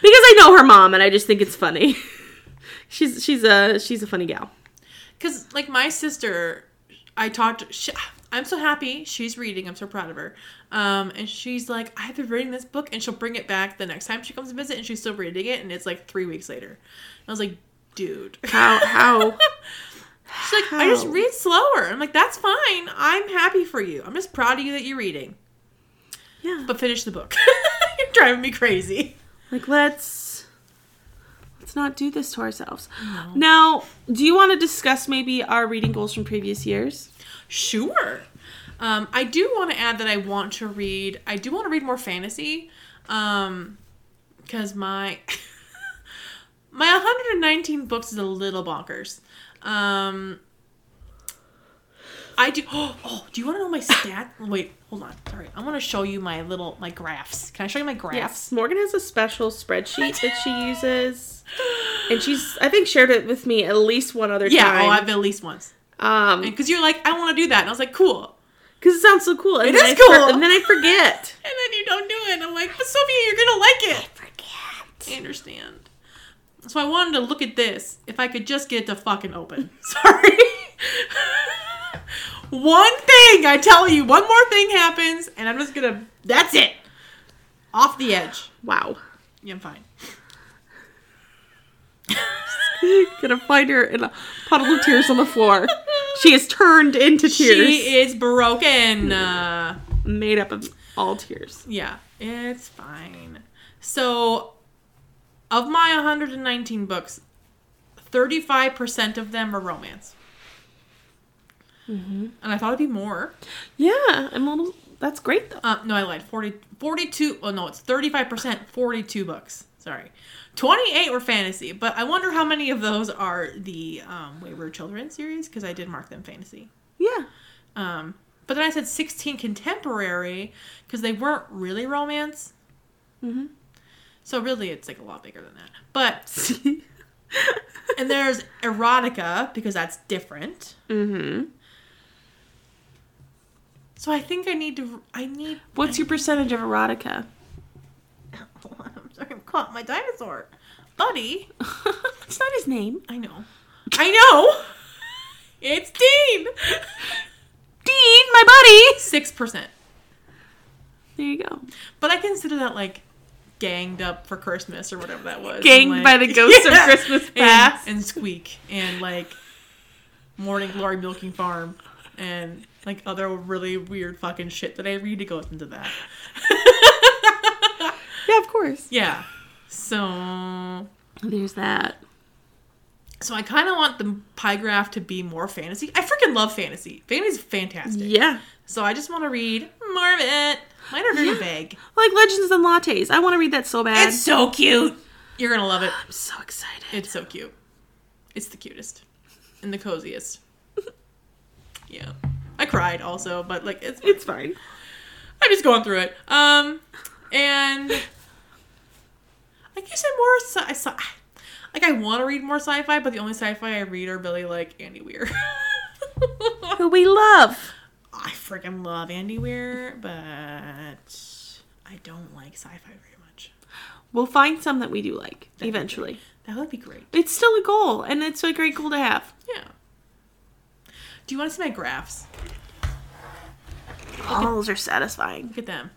S2: because I know her mom and I just think it's funny. she's she's a she's a funny gal.
S1: Because like my sister, I talked. She, I'm so happy she's reading. I'm so proud of her. Um, and she's like, I've been reading this book, and she'll bring it back the next time she comes to visit, and she's still reading it, and it's like three weeks later. And I was like, dude,
S2: How- how-
S1: She's like, I just
S2: how?"
S1: read slower. I'm like, that's fine. I'm happy for you. I'm just proud of you that you're reading.
S2: Yeah.
S1: But finish the book. you're driving me crazy.
S2: Like let's let's not do this to ourselves. Now, do you want to discuss maybe our reading goals from previous years?
S1: Sure. Um, I do want to add that I want to read. I do want to read more fantasy, um, because my my 119 books is a little bonkers. Um, I do. Oh, oh, do you want to know my stat? Wait, hold on. Sorry, I want to show you my little my graphs. Can I show you my graphs?
S2: Morgan has a special spreadsheet that she uses. And she's I think shared it with me at least one other
S1: Yeah. Oh,
S2: time.
S1: I've at least once.
S2: um
S1: Because you're like, I want to do that, and I was like, cool.
S2: Because it sounds so cool. And
S1: It
S2: then
S1: is
S2: I for-
S1: cool.
S2: and then I forget.
S1: And then you don't do it. And I'm like, but Sophia, you're gonna like it. I
S2: forget.
S1: understand. So I wanted to look at this if I could just get it to fucking open. Sorry. one thing, I tell you, one more thing happens, and I'm just gonna. That's it. Off the edge.
S2: Wow.
S1: Yeah, I'm fine.
S2: Gonna find her in a puddle of tears on the floor. She is turned into tears.
S1: She is broken. Uh,
S2: made up of all tears.
S1: yeah, it's fine. So, of my 119 books, 35% of them are romance. And I thought it'd be more.
S2: Yeah, I'm a little. That's great though.
S1: Uh, no, I lied. 40, 42. Oh, no, it's 35%, 42 bucks. Sorry. 28 were fantasy, but I wonder how many of those are the um, Wayward Children series because I did mark them fantasy.
S2: Yeah.
S1: Um, but then I said 16 contemporary because they weren't really romance.
S2: Mhm.
S1: So really, it's like a lot bigger than that. But, and there's erotica because that's different.
S2: mm-hmm.
S1: So I think I need to, I need.
S2: What's your percentage of erotica?
S1: I'm sorry, I'm caught my dinosaur. Buddy.
S2: it's not his name.
S1: I know. I know. It's Dean.
S2: Dean, my buddy.
S1: Six percent.
S2: There you go.
S1: But I consider that like ganged up for Christmas or whatever that was.
S2: Ganged
S1: And,
S2: by
S1: like-
S2: the ghosts of Christmas
S1: and-
S2: past.
S1: And, squeak and like morning glory milking farm. and like other really weird fucking shit that I read to go into that.
S2: Yeah, of course.
S1: Yeah. So
S2: There's that.
S1: so I kind of want the pie graph to be more fantasy. I freaking love fantasy. Fantasy's fantastic.
S2: Yeah.
S1: So I just want to read more of it. Mine are very
S2: Yeah.
S1: vague.
S2: Like Legends and Lattes. I want to read that so bad.
S1: It's so cute. You're gonna love it.
S2: I'm so excited.
S1: It's so cute. It's the cutest and the coziest. Yeah. I cried also, but like it's
S2: It's fine.
S1: I'm just going through it. Um, and like you said, more sci- I saw, like I want to read more sci-fi, but the only sci-fi I read are really like Andy Weir.
S2: Who we love.
S1: I freaking love Andy Weir, but I don't like sci-fi very much.
S2: We'll find some that we do like eventually.
S1: That would be great.
S2: It's still a goal, and it's a great goal to have.
S1: Yeah. Do you want to see my graphs?
S2: Balls are satisfying.
S1: Look at them.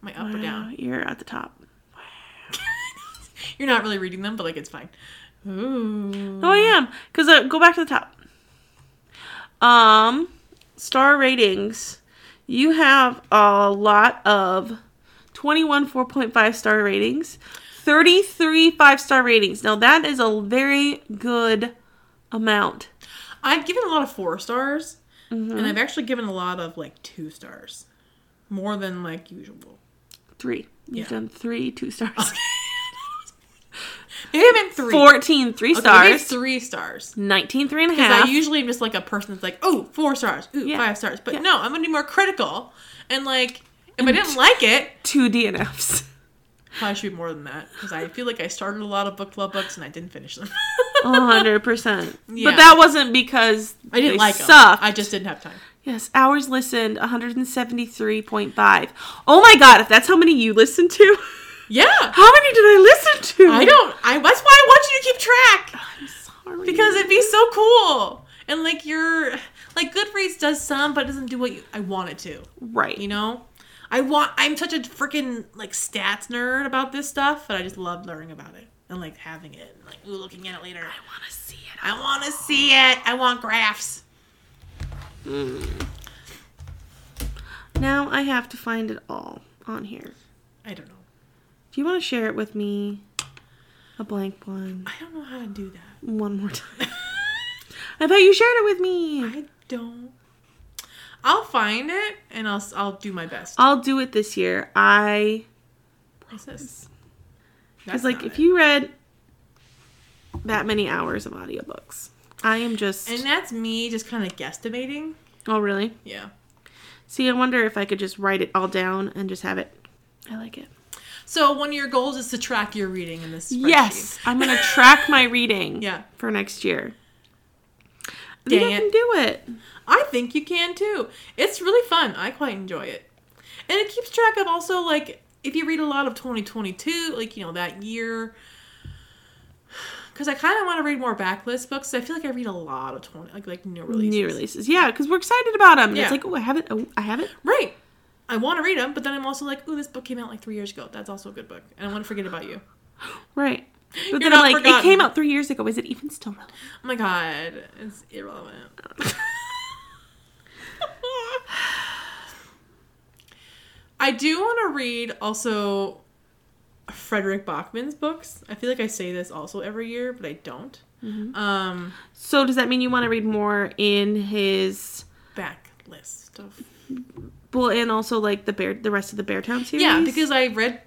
S1: My up
S2: Up
S1: or down.
S2: You're at the top.
S1: You're not really reading them, but like it's fine. Ooh.
S2: Oh, I am. Because uh, go back to the top. Um, star ratings. You have a lot of 21 4.5 star ratings, 33 5 star ratings. Now, that is a very good amount.
S1: I've given a lot of four stars,
S2: Mm-hmm.
S1: and I've actually given a lot of like two stars, more than like usual.
S2: Three.
S1: Yeah.
S2: You've done three two stars.
S1: Maybe I meant three.
S2: 14 three
S1: Okay, maybe
S2: stars.
S1: three stars.
S2: 19 three and a
S1: Because
S2: half.
S1: I usually am just like a person that's like, oh, four stars, ooh,
S2: Yeah.
S1: five stars. But
S2: Yeah.
S1: no, I'm gonna be more critical, and like, if I didn't like it,
S2: two DNFs.
S1: probably should be more than that. Because I feel like I started a lot of book club books and I didn't finish them.
S2: hundred percent.
S1: Yeah.
S2: But that wasn't because
S1: I didn't
S2: they
S1: like them.
S2: sucked.
S1: I just didn't have time.
S2: yes, hours listened, one hundred and seventy three point five. Oh my god, if that's how many you listened to,
S1: Yeah,
S2: how many did I listen to?
S1: I don't. I that's why I want you to keep track.
S2: I'm sorry.
S1: because it'd be so cool. And like you're like Goodreads does some, but it doesn't do what you, I want it to.
S2: right.
S1: You know, I want. I'm such a freaking like stats nerd about this stuff, but I just love learning about it and like having it and like ooh, looking at it later.
S2: I want to see it.
S1: I want to see it. I want graphs.
S2: Hmm. Now I have to find it all on here.
S1: I don't know.
S2: Do you want to share it with me? A blank one.
S1: I don't know how to do that.
S2: One more time. I thought you shared it with me.
S1: I don't. I'll find it and I'll s- I'll do my best.
S2: I'll do it this year. I
S1: What's this?
S2: Because
S1: That's
S2: like
S1: not
S2: if
S1: it.
S2: you read that many hours of audiobooks, I am just
S1: and that's me just kind of guesstimating.
S2: oh really?
S1: Yeah.
S2: See, I wonder if I could just write it all down and just have it. I like it.
S1: So one of your goals is to track your reading in this. Spreadsheet.
S2: Yes, I'm gonna track my reading.
S1: Yeah.
S2: for next year. I think
S1: Dang
S2: I
S1: it.
S2: can do it.
S1: I think you can too. It's really fun. I quite enjoy it, and it keeps track of also like if you read a lot of 2022, like you know that year. Because I kind of want to read more backlist books. I feel like I read a lot of 20 like like new releases.
S2: New releases, yeah, because we're excited about them.
S1: Yeah.
S2: It's like oh, I have it. Oh, I have it.
S1: Right. I want to read them, but then I'm also like, ooh, this book came out like three years ago. That's also a good book, and I want to forget about you.
S2: Right. But
S1: You're
S2: then I'm
S1: not
S2: like, it
S1: forgotten.
S2: came out three years ago. Is it even still relevant?
S1: Oh my god, it's irrelevant. I do want to read also Frederick Bachman's books. I feel like I say this also every year, but I don't. Um,
S2: So does that mean you want to read more in his?
S1: backlist of
S2: Well, and also like the bear, the rest of the Beartown series.
S1: yeah, because I read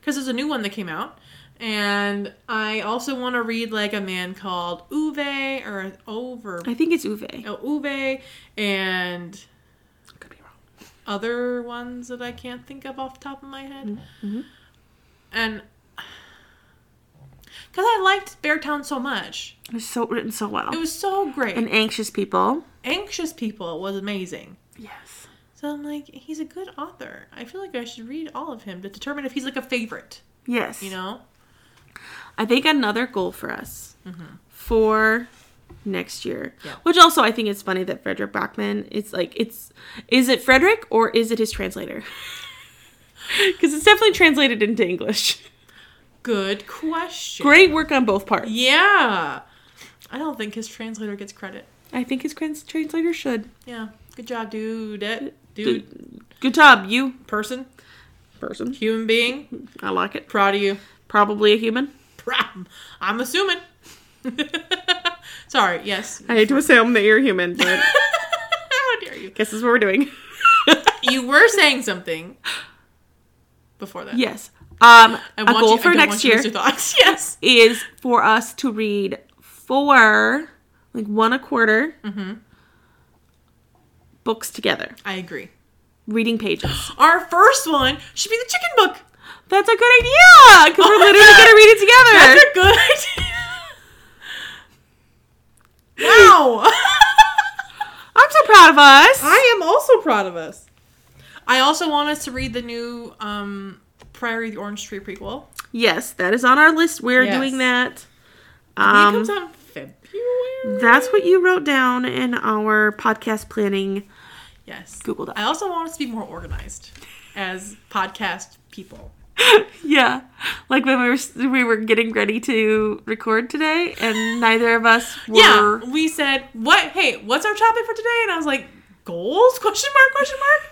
S1: because there's a new one that came out, and I also want to read like a man called Uwe or Over
S2: I think it's Uwe.
S1: oh, Uwe and
S2: Could be wrong.
S1: other ones that I can't think of off the top of my head.
S2: mhm.
S1: And because I liked Beartown so much,
S2: It was so written so well.
S1: it was so great.
S2: and anxious people.
S1: Anxious People was amazing.
S2: Yes.
S1: So I'm like, he's a good author. I feel like I should read all of him to determine if he's like a favorite.
S2: Yes.
S1: You know?
S2: I think another goal for us for next year,
S1: Mm-hmm. Yeah.
S2: which also I think it's funny that Frederick Bachman. It's like it's is it Frederick or is it his translator? Because it's definitely translated into English.
S1: Good question.
S2: Great work on both parts.
S1: Yeah. I don't think his translator gets credit.
S2: I think his trans- translator should.
S1: Yeah. Good job, dude. Dude.
S2: Dude, good job, you
S1: Person.
S2: person.
S1: Human being.
S2: I like it.
S1: Proud of you.
S2: Probably a human.
S1: Proud. I'm assuming. Sorry. Yes.
S2: I hate to assume that you're human, but
S1: How dare you?
S2: guess is what we're doing.
S1: You were saying something before that.
S2: Yes. Um,
S1: I
S2: a
S1: want
S2: goal
S1: you,
S2: for
S1: I don't
S2: next
S1: want you to
S2: year
S1: lose your thoughts. Yes.
S2: is for us to read four, like one a quarter,
S1: Mm-hmm.
S2: books together,
S1: I agree.
S2: reading pages.
S1: Our first one should be the chicken book.
S2: That's a good idea because we're literally gonna read it together.
S1: That's a good idea. wow.
S2: I'm so proud of us.
S1: I am also proud of us. I also want us to read the new um, Priory of the Orange Tree prequel.
S2: yes, that is on our list. We're
S1: Yes.
S2: doing that.
S1: I
S2: Um,
S1: think it comes out in February.
S2: That's what you wrote down in our podcast planning
S1: Yes.
S2: Google Doc.
S1: I also want us to be more organized as podcast people.
S2: yeah, like when we were we were getting ready to record today, and neither of us were.
S1: Yeah, we said what? Hey, what's our topic for today? And I was like, goals? Question mark? Question mark?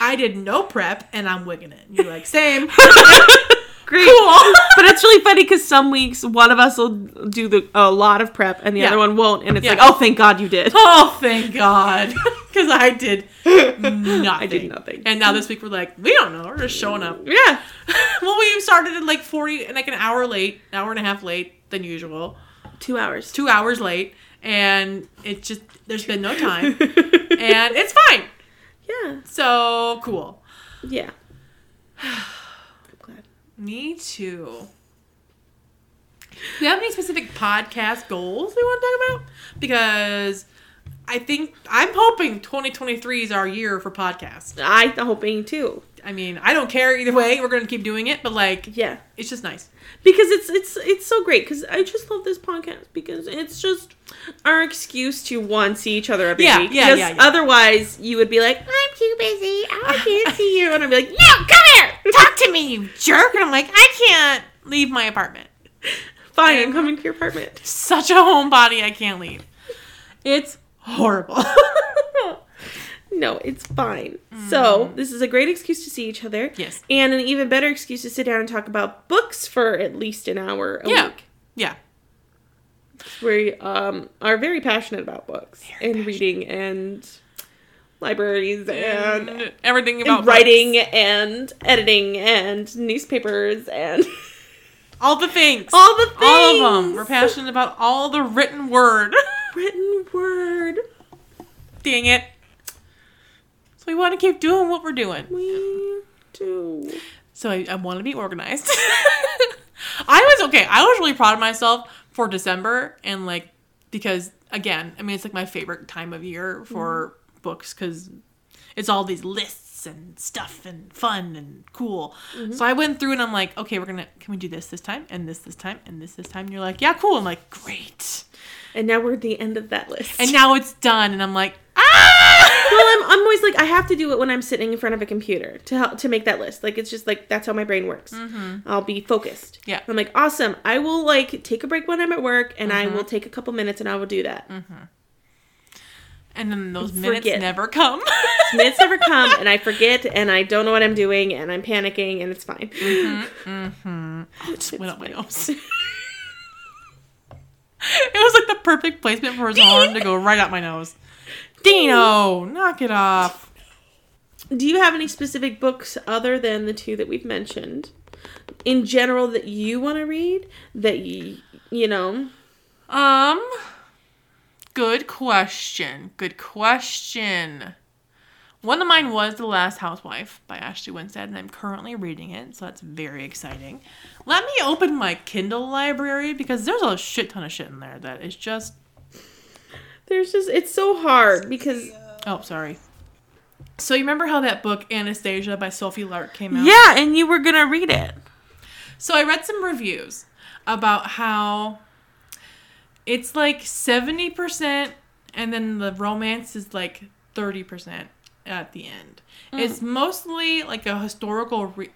S1: I did no prep, and I'm wigging it. You're like, same.
S2: Great.
S1: Cool.
S2: but it's really funny because some weeks one of us will do the a lot of prep and the
S1: Yeah.
S2: other one won't, and it's
S1: Yeah.
S2: like, oh, thank God you did.
S1: oh, thank God, because I did nothing.
S2: I did nothing.
S1: And now this week we're like, we don't know. We're just showing up.
S2: yeah,
S1: well, we started at like forty, and like an hour late, an hour and a half late than usual,
S2: two hours.
S1: two hours late, and it just there's been no time, and it's fine.
S2: yeah,
S1: So cool.
S2: yeah. I'm glad.
S1: Me too. Do you have any specific podcast goals we want to talk about? Because I think I'm hoping 2023 is our year for podcasts.
S2: I'm hoping too.
S1: I mean, I don't care either way. We're going to keep doing it, but like,
S2: Yeah.
S1: it's just nice.
S2: because it's it's it's so great because I just love this podcast because it's just our excuse to one see each other every
S1: Yeah,
S2: week.
S1: yeah,
S2: Because
S1: yeah, yeah.
S2: Otherwise, you would be like, I'm too busy, I can't see you, and I'd be like, No, come here,
S1: Talk to me, you jerk. And I'm like, I can't leave my apartment.
S2: fine, I'm coming to your apartment.
S1: Such a homebody, I can't leave. It's horrible.
S2: No, it's fine.
S1: Mm.
S2: So this is a great excuse to see each other.
S1: Yes.
S2: and an even better excuse to sit down and talk about books for at least an hour a
S1: Yeah.
S2: week.
S1: yeah.
S2: We um, are very passionate about books and reading and libraries and
S1: And everything about
S2: and writing and editing and newspapers and
S1: all the things.
S2: all the things.
S1: All of them. We're passionate about all the written word.
S2: Written word.
S1: Dang it. So we want to keep doing what we're doing.
S2: We do.
S1: So I, I want to be organized. I was okay. I was really proud of myself for December and like because again, I mean it's like my favorite time of year for books because it's all these lists and stuff and fun and cool. So I went through and I'm like, okay, we're gonna can we do this this time and this this time and this this time? And you're like, yeah, cool. I'm like, great.
S2: And now we're at the end of that list.
S1: And now it's done, and I'm like, ah.
S2: well, I'm, I'm always like I have to do it when I'm sitting in front of a computer to help to make that list. Like it's just like that's how my brain works.
S1: Mm-hmm.
S2: I'll be focused.
S1: Yeah.
S2: I'm like awesome. I will like take a break when I'm at work, and I will take a couple minutes, and I will do that.
S1: And then those minutes
S2: Forget.
S1: never come.
S2: Minutes never come, and I forget, and I don't know what I'm doing, and I'm panicking, and it's fine. Mm-hmm.
S1: Oh, it just went up my nose. it was like the perfect placement for his arm to go right out my nose. Dino, knock it off.
S2: Do you have any specific books other than the two that we've mentioned in general that you want to read that you, you know?
S1: Um, good question. Good question. One of mine was The Last Housewife by Ashley Winstead, and I'm currently reading it, so that's very exciting. Let me open my Kindle library because there's a shit ton of shit in there that is just
S2: There's just it's so hard because
S1: Oh, sorry. So you remember how that book Anastasia by Sophie Lark came out?
S2: yeah, and you were going to read it.
S1: So I read some reviews about how it's like 70% and then the romance is like 30% at the end. It's mostly like a historical re-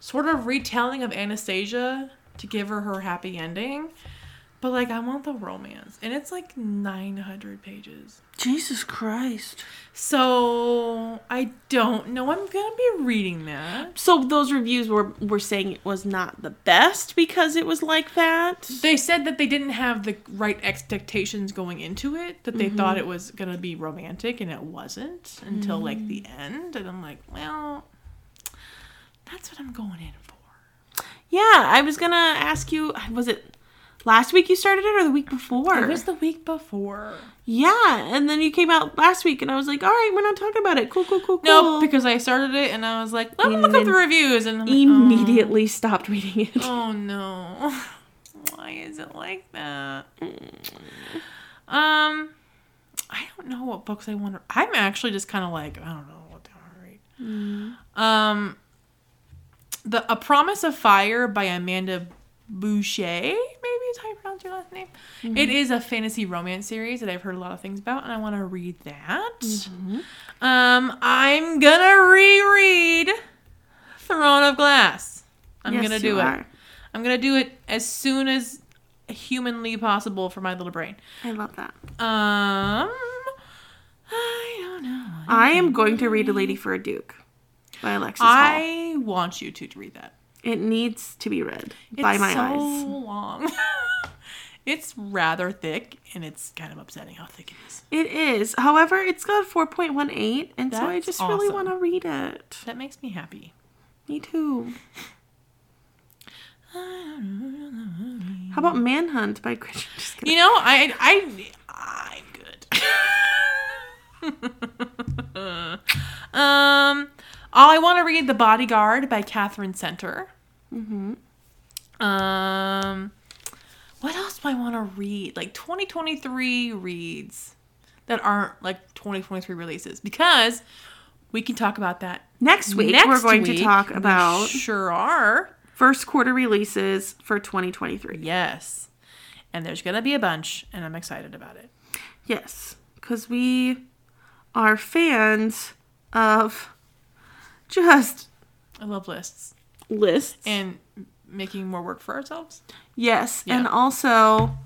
S1: sort of retelling of Anastasia to give her her happy ending. But like, I want the romance, and it's like 900 pages.
S3: Jesus Christ.
S1: So I don't know. I'm gonna be reading that.
S2: So those reviews were were saying it was not the best because it was like that.
S1: They said that they didn't have the right expectations going into it. That they thought it was gonna be romantic, and it wasn't until like the end. And I'm like, well, that's what I'm going in for.
S2: Yeah, I was gonna ask you. Was it last week you started it or the week before?
S1: It was the week before.
S2: yeah, and then you came out last week, and I was like, "All right, we're not talking about it. Cool, cool, cool, cool."
S1: No, because I started it and I was like, let me look up the
S2: Imme-
S1: reviews and I'm like, oh.
S2: immediately stopped reading it.
S1: Oh no. Why is it like that?
S2: Mm.
S1: Um I don't know what books I want to I'm actually just kind of like, I don't know what the hell to read. Um The A Promise of Fire by Amanda Boucher, maybe is how you pronounce your last name.
S2: Mm-hmm.
S1: It is a fantasy romance series that I've heard a lot of things about and I want to read that.
S2: Mm-hmm.
S1: Um I'm going to reread Throne of Glass. I'm
S2: Yes,
S1: going to
S2: you
S1: do it.
S2: are.
S1: I'm gonna do it as soon as humanly possible for my little brain.
S2: I love that.
S1: Um, I don't know.
S2: I am going to read A Lady for a Duke by Alexis Hall.
S1: I want you to read that.
S2: It needs to be read by
S1: It's
S2: my
S1: so
S2: eyes.
S1: long. it's rather thick, and it's kind of upsetting how thick it is.
S2: It is. However, it's got 4.18, and so I
S1: That's
S2: just really
S1: awesome.
S2: want to read it.
S1: That makes me happy.
S2: Me too. How
S1: Mm-hmm.
S2: about Manhunt by Christian? Just kidding.
S1: You know, I I I'm good. um, I want to read The Bodyguard by Catherine Center. Mm-hmm. Um, what else do I want to read? Like 2023 reads that aren't like 2023 releases because we can talk about that
S2: Next week,
S1: next
S2: we're going
S1: week.
S2: to talk
S1: We
S2: about
S1: sure are.
S2: first quarter releases for 2023.
S1: Yes. And there's going to be a bunch, and I'm excited about it.
S2: Yes, because we are fans of just
S1: I love lists
S2: lists.
S1: and making more work for ourselves.
S2: yes, and
S1: Yeah.
S2: also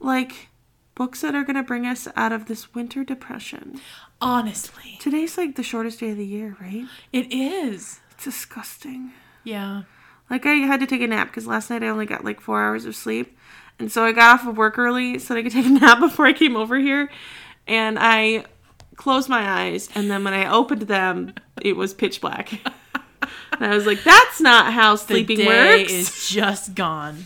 S2: like books that are going to bring us out of this winter depression.
S1: Honestly,
S2: Today's like the shortest day of the year, right?
S1: it is.
S2: It's disgusting.
S1: Yeah.
S2: Like I had to take a nap because last night I only got like four hours of sleep, and so I got off of work early so that I could take a nap before I came over here, and I closed my eyes, and then when I opened them, it was pitch black, and I was like, "That's not how sleeping
S1: the day
S2: works."
S1: is just gone.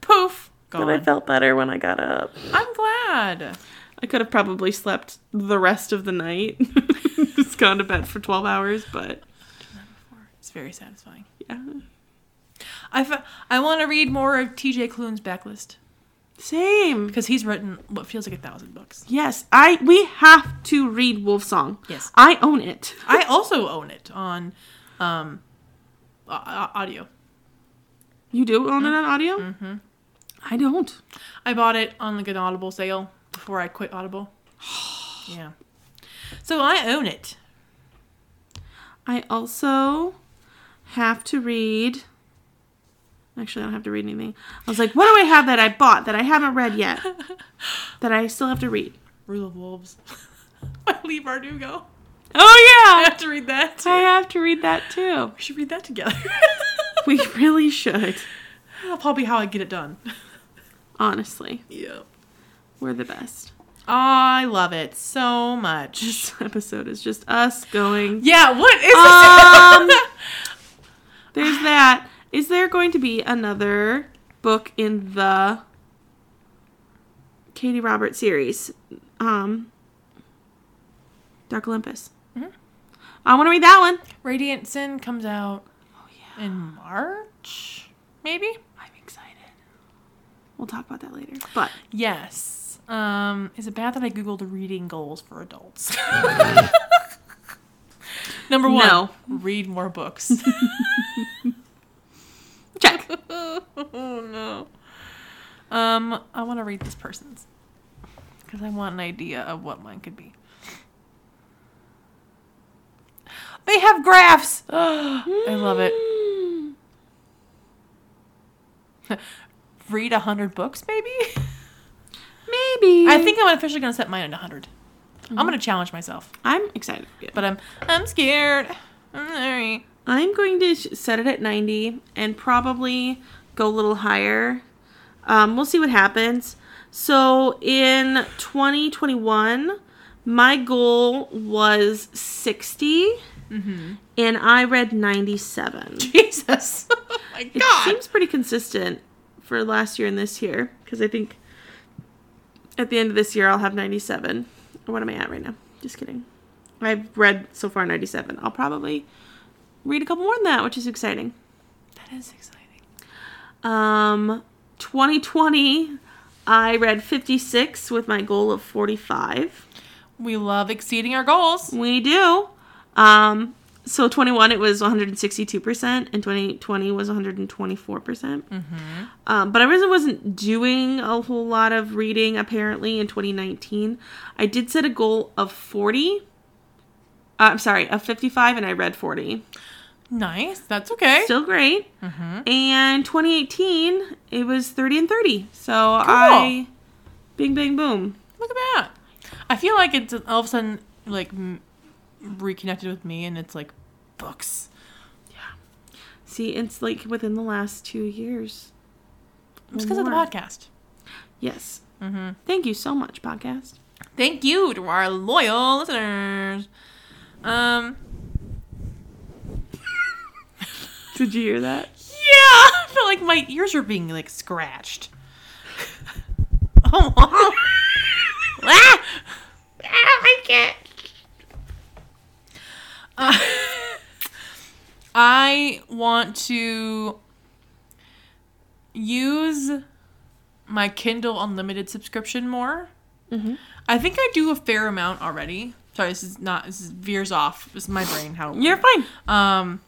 S1: Poof.
S2: But I
S1: Gone.
S2: felt better when I got up.
S1: I'm glad.
S2: I could have probably slept the rest of the night, just gone to bed for twelve hours, but
S1: It's very satisfying.
S2: yeah,
S1: I, fe- I want to read more of TJ Klune's backlist
S2: same.
S1: because he's written what feels like a thousand books.
S2: Yes, I we have to read Wolf Song.
S1: Yes.
S2: I own it.
S1: I also own it on um, au- au- audio.
S2: You do own it on audio? Mm-hmm. I don't.
S1: I bought it on like an Audible sale before I quit Audible. yeah. So I own it.
S2: I also have to read. Actually, I don't have to read anything. I was like, what do I have that I bought that I haven't read yet that I still have to read?
S1: Rule of Wolves. I leave Bardugo. I
S2: Oh,
S1: have to read that.
S2: I
S1: Too.
S2: have to read that too.
S1: We should read that together.
S2: We really should,
S1: That'll probably be how I get it done.
S2: honestly.
S1: Yeah.
S2: We're the best.
S1: I love it so much.
S2: This episode is just us going.
S1: Yeah, what is
S2: Um,
S1: this?
S2: There's that. Is there going to be another book in the Katie Roberts series? Um, Dark Olympus.
S1: Mhm.
S2: I want to read that one.
S1: Radiant Sin comes out
S2: Oh yeah,
S1: in March, maybe?
S2: I'm excited. We'll talk about that later. But
S1: Yes. Um, is it bad that I googled reading goals for adults? Number one,
S2: No.
S1: read more books.
S2: check.
S1: oh no. Um, I want to read this person's because I want an idea of what mine could be. They have graphs. I love it. read 100 books, maybe?
S2: Maybe.
S1: I think I'm officially going to set mine at 100. I'm going to challenge myself.
S2: I'm excited.
S1: But I'm I'm scared. I'm sorry.
S2: I'm going to sh- set it at 90 and probably go a little higher. Um, we'll see what happens. So in 2021, my goal was 60, and I read 97.
S1: Jesus. oh my
S2: It
S1: god.
S2: seems pretty consistent for last year and this year because I think at the end of this year I'll have 97. Or What am I at right now? Just kidding. I've read so far 97. I'll probably read a couple more than that, which is exciting.
S1: that is exciting.
S2: Um, 2020, I read 56 with my goal of 45.
S1: We love exceeding our goals.
S2: We do. Um, so 21, it was 162%, and 2020 was 124%. percent Um, but I really wasn't doing a whole lot of reading apparently in 2019. I did set a goal of 40. Uh, I'm sorry, of 55, and I read 40.
S1: Nice. That's okay.
S2: Still great. And 2018, it was 30 and 30. So I, bing, bang, boom.
S1: Look at that. I feel like it's all of a sudden like m- reconnected with me and it's like books.
S2: See, it's like within the last two years.
S1: It's because of the
S2: More.
S1: podcast.
S2: Yes.
S1: Mhm.
S2: Thank you so much, podcast.
S1: Thank you to our loyal listeners. Um
S2: Did you hear that?
S1: Yeah, I felt like my ears were being like scratched. oh, wow. ah! Ah, I can't. Uh, I want to use my Kindle Unlimited subscription more.
S2: Mhm.
S1: I think I do a fair amount already. Sorry, this is not. This is veers off. This is my brain. How
S2: You're fine.
S1: um,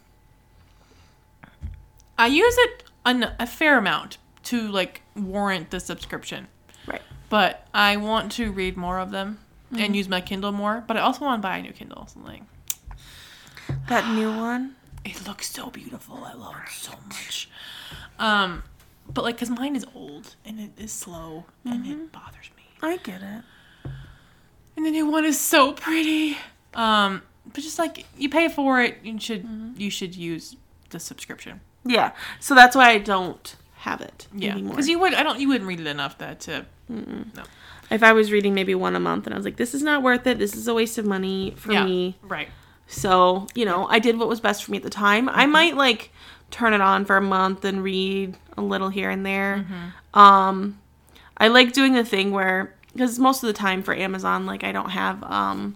S1: I use it an, a fair amount to like warrant the subscription,
S2: Right.
S1: but I want to read more of them and use my Kindle more. But I also want to buy a new Kindle. So like,
S2: That new one.
S1: it looks so beautiful. I love it so much. Um, but like, cause mine is old and it is slow and it bothers me.
S2: I get it.
S1: Mm-hmm. And the new one is so pretty. Um, but just like you pay for it, you should you should use the subscription.
S2: Yeah. So that's why I don't have it
S1: Yeah,
S2: anymore.
S1: because you would. I don't. You wouldn't read it enough that to.
S2: if I was reading maybe one a month and I was like, this is not worth it. This is a waste of money for
S1: yeah.
S2: me.
S1: Right.
S2: So, you know, I did what was best for me at the time. I might like turn it on for a month and read a little here and there. Um I like doing the thing where cuz most of the time for Amazon like I don't have um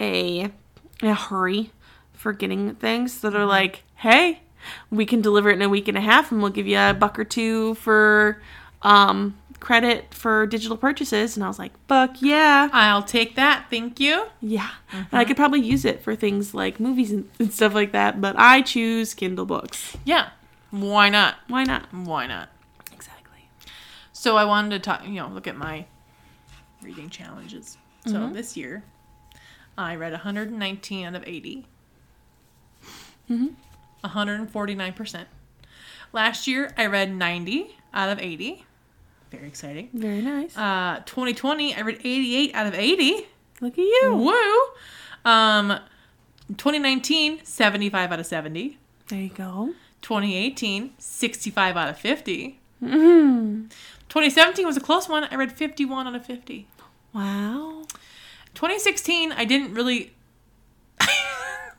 S2: a a hurry for getting things that are like, "Hey, we can deliver it in a week and a half and we'll give you a buck or two for um credit for digital purchases." And I was like, "Fuck yeah."
S1: I'll take that. Thank you.
S2: Yeah.
S1: Uh-huh.
S2: And I could probably use it for things like movies and, and stuff like that, but I choose Kindle books.
S1: Yeah. Why not?
S2: Why not?
S1: Why not?
S2: Exactly.
S1: So I wanted to talk. You know, look at my reading challenges. So this year, I read 119 out of 80.
S2: Mhm.
S1: 149 percent. Last year, I read 90 out of 80. Very exciting.
S2: Very nice.
S1: Uh, 2020, I read 88 out of 80.
S2: Look at you.
S1: Woo! Um, 2019, 75 out of 70.
S2: There you go.
S1: 2018, 65 out of 50.
S2: hmm
S1: 2017 was a close one. I read 51 out of 50.
S2: Wow.
S1: 2016, I didn't really.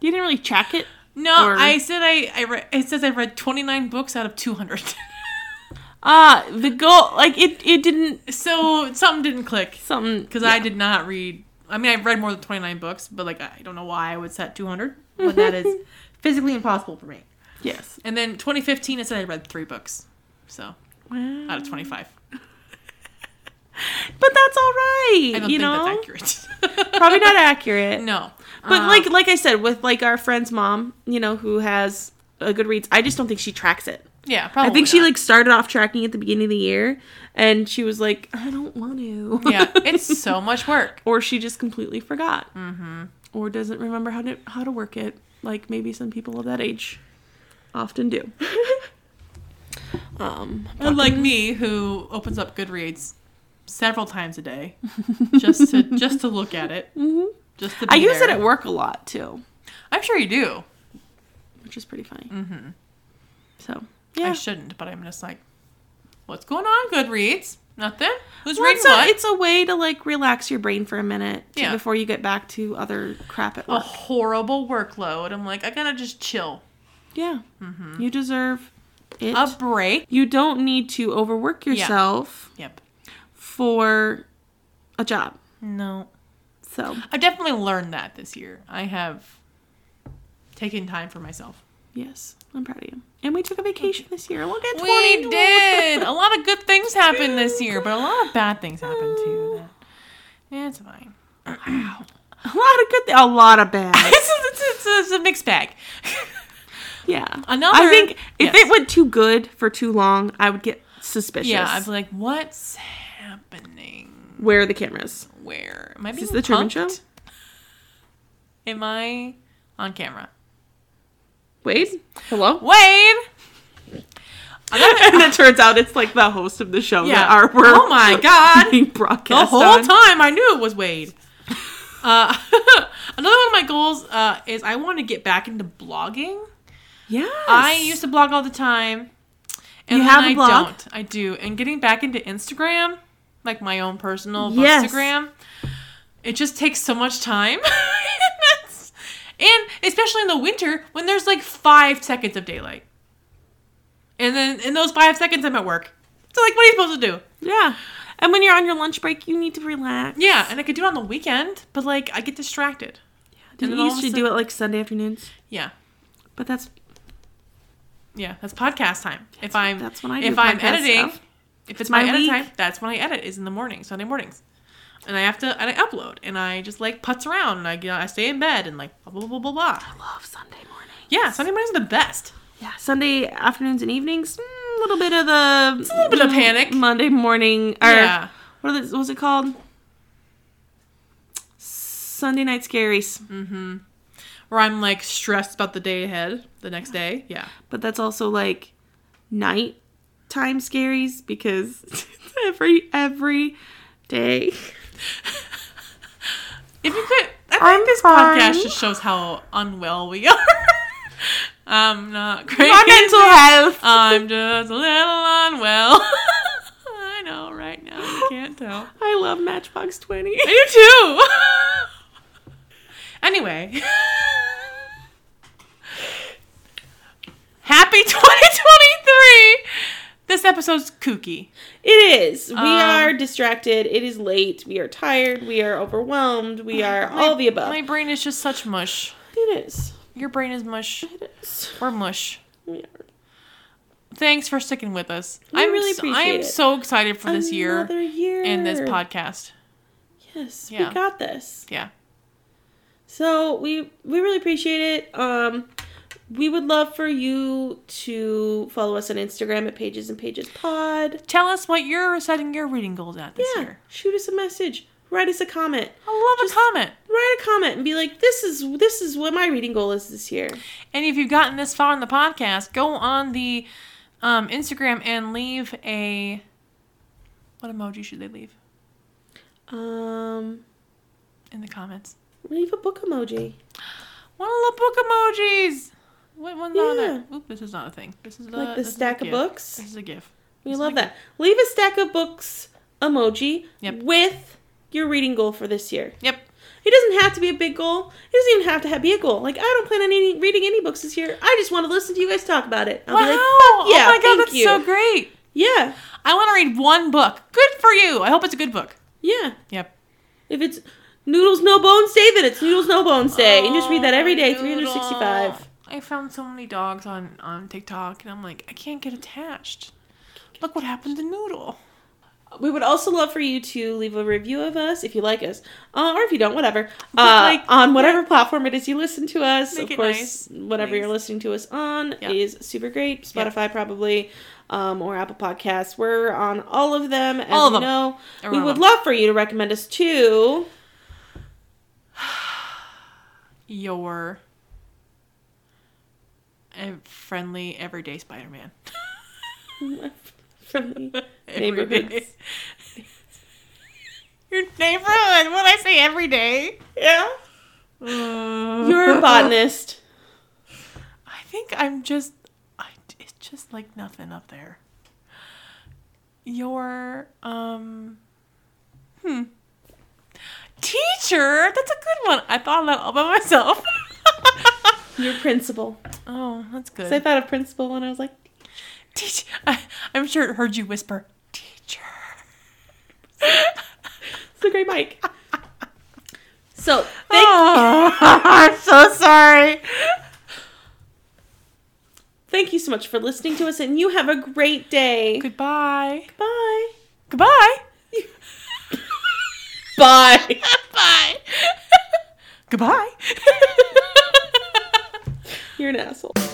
S2: You didn't really track it.
S1: no,
S2: Or-
S1: I said I, I read. It says I read 29 books out of 200.
S2: Ah,
S1: Uh,
S2: the goal, like it, it didn't
S1: so something didn't click
S2: something
S1: because I did not read. I mean, I've read more than 29 books, but like I don't know why I would set 200 when that is physically impossible for me.
S2: Yes.
S1: And then 2015, it said I read three books. So
S2: Wow.
S1: out of 25.
S2: But that's all right.
S1: I don't
S2: you
S1: think
S2: know,
S1: that's accurate.
S2: probably not accurate.
S1: No.
S2: But
S1: Uh,
S2: like, like I said, with like our friend's mom, you know, who has a Goodreads, I just don't think she tracks it.
S1: Oh, yeah, probably.
S2: I think she
S1: not.
S2: like started off tracking at the beginning of the year, and she was like, "I don't want to."
S1: yeah, it's so much work.
S2: or she just completely forgot, mm-hmm. or doesn't remember how to how to work it. Like maybe some people of that age often do. Um,
S1: Unlike me, who opens up Goodreads several times a day just to just to look at it.
S2: hmm
S1: Just to Mm-hmm. be
S2: I use
S1: there.
S2: it at work a lot too,
S1: I'm sure you do.
S2: which is pretty funny.
S1: Mm-hmm.
S2: So
S1: I
S2: yeah,
S1: shouldn't, but I'm just like, what's going on, Goodreads? Nothing. Who's
S2: Well,
S1: reading
S2: it's, a,
S1: what?
S2: it's a way to like relax your brain for a minute to-
S1: Yeah. Oh.
S2: before you get back to other crap at
S1: a
S2: work.
S1: horrible workload. I'm like, I gotta just chill.
S2: Yeah,
S1: Mm-hmm.
S2: you deserve it.
S1: A break.
S2: you don't need to overwork yourself
S1: Yep.
S2: for a job.
S1: No.
S2: So
S1: I've definitely learned that this year. I have taken time for myself.
S2: yes, I'm proud of you. And we took a vacation this year. Look at
S1: We
S2: 20.
S1: did. A lot of good things happened this year, but a lot of bad things happened too. That yeah, it's fine.
S2: a lot of good, a lot of bad.
S1: It's a, it's, a, it's, a, it's a mixed bag.
S2: Yeah.
S1: Another-
S2: I think if
S1: yes.
S2: it went too good for too long, I would get suspicious.
S1: yeah, I'm like, what's happening?
S2: Where are the cameras?
S1: Where am I being
S2: this the Truman
S1: punked?
S2: Show?
S1: Am I on camera?
S2: Wade? Hello?
S1: Wade.
S2: and it turns out it's like the host of the show
S1: Yeah.
S2: that are we're
S1: Oh my God.
S2: being
S1: the
S2: broadcast
S1: whole
S2: on.
S1: time I knew it was Wade. Uh, another one of my goals uh, is I want to get back into blogging.
S2: Yes.
S1: I used to blog all the time, and
S2: You
S1: then
S2: have a
S1: I
S2: blog?
S1: don't. I do, and getting back into Instagram, like my own personal
S2: Yes.
S1: Instagram, it just takes so much time. That's- and especially in the winter when there's like five seconds of daylight, and then in those five seconds I'm at work. So like, what are you supposed to do?
S2: Yeah. And when you're on your lunch break, you need to relax.
S1: Yeah, and I could do it on the weekend, but like I get distracted. And
S2: Didn't
S1: then
S2: you
S1: all
S2: used
S1: of a
S2: to do it like Sunday afternoons?
S1: Yeah.
S2: But that's
S1: Yeah, that's podcast time. If I'm
S2: that's when I do
S1: if I'm
S2: podcast
S1: editing,
S2: stuff.
S1: if it's
S2: my
S1: my, edit
S2: week.
S1: time, that's when I edit is in the morning, Sunday mornings, and I have to and I upload and I just like putz around and I you know, I stay in bed and like blah blah blah blah blah.
S2: I love Sunday morning.
S1: Yeah, Sunday mornings are the best.
S2: Yeah. Sunday afternoons and evenings, mm, a little bit of the mm,
S1: a little bit of panic.
S2: Monday morning or
S1: yeah,
S2: what are the, what was it called? Sunday night scaries.
S1: Mm-hmm. where I'm like stressed about the day ahead, the next day. Yeah,
S2: But that's also like night time scaries because it's every every day.
S1: if you could, I think
S2: I'm
S1: this
S2: fine.
S1: podcast just shows how unwell we are. I'm not crazy.
S2: My mental health.
S1: I'm just a little unwell. I know, right now you can't tell.
S2: I love Matchbox Twenty.
S1: I do too. anyway, happy 2023. This episode's kooky.
S2: It is. We
S1: Um,
S2: are distracted. It is late. We are tired. We are overwhelmed. We are all the above.
S1: My brain is just such mush.
S2: it is.
S1: Your brain is mush.
S2: It is.
S1: We're mush.
S2: We are.
S1: Thanks for sticking with us.
S2: We
S1: I'm
S2: really
S1: so, I
S2: appreciate
S1: am
S2: it.
S1: so excited for this year
S2: Another year.
S1: and this podcast.
S2: Yes,
S1: Yeah.
S2: we got this.
S1: Yeah.
S2: So we we really appreciate it. Um, we would love for you to follow us on Instagram at Pages and Pages Pod.
S1: Tell us what you're setting your reading goals at this
S2: Yeah,
S1: year.
S2: shoot us a message. Write us a comment.
S1: I love
S2: Just-
S1: a comment.
S2: Write a comment and be like, "This is this is what my reading goal is this year."
S1: And if you've gotten this far in the podcast, go on the um, Instagram and leave a. What emoji should they leave
S2: Um,
S1: in the comments?
S2: leave a book emoji.
S1: One of the book emojis. What one's on there? Oop, this is not a thing. This is Uh, the,
S2: Like the
S1: this is a
S2: stack of
S1: GIF.
S2: books?
S1: This is a GIF.
S2: We
S1: It's
S2: love
S1: like-
S2: that. Leave a stack of books emoji
S1: Yep.
S2: with your reading goal for this year.
S1: Yep.
S2: It doesn't have to be a big goal. It doesn't even have to have, be a goal. Like I don't plan on any, reading any books this year. I just want to listen to you guys talk about it. I'll
S1: wow!
S2: be like,
S1: oh
S2: yeah,
S1: my god,
S2: thank
S1: that's
S2: you.
S1: so great.
S2: yeah,
S1: I want to read one book. Good for you. I hope it's a good book.
S2: yeah.
S1: Yep.
S2: If it's noodles no bones day, then it's noodles no bones day. and just read that every day,
S1: Oh,
S2: 365.
S1: noodle. I found so many dogs on on TikTok, and I'm like, I can't get attached. Look what happened to Noodle.
S2: We would also love for you to leave a review of us if you like us, uh, or if you don't, whatever.
S1: But,
S2: Uh,
S1: like,
S2: on whatever platform it is you listen to us,
S1: Make
S2: of
S1: it
S2: course, whatever you're
S1: Nice.
S2: listening to us on
S1: Yeah.
S2: is super great.
S1: Yeah.
S2: Spotify probably, um, or Apple Podcasts. We're on all of them. As
S1: All of
S2: you
S1: them.
S2: know,
S1: Or
S2: we
S1: all
S2: would
S1: of them.
S2: love for you to recommend us to
S1: Your ev- friendly everyday Spider Man.
S2: from the
S1: Every
S2: neighborhoods.
S1: day. Your neighborhood. What I say every day.
S2: Yeah. You're a botanist.
S1: I think I'm just. I, it's just like nothing up there. Your um. Hmm. Teacher. That's a good one. I thought of that all by myself.
S2: You're principal.
S1: oh, that's good.
S2: So I thought of principal when I was like,
S1: Teach. I, I'm sure it heard you whisper, teacher.
S2: it's a great mic. So thank
S1: oh, I'm so sorry.
S2: Thank you so much for listening to us, and you have a great day.
S1: Goodbye.
S2: Bye.
S1: Goodbye.
S2: Bye.
S1: Bye. Goodbye.
S2: You're an asshole.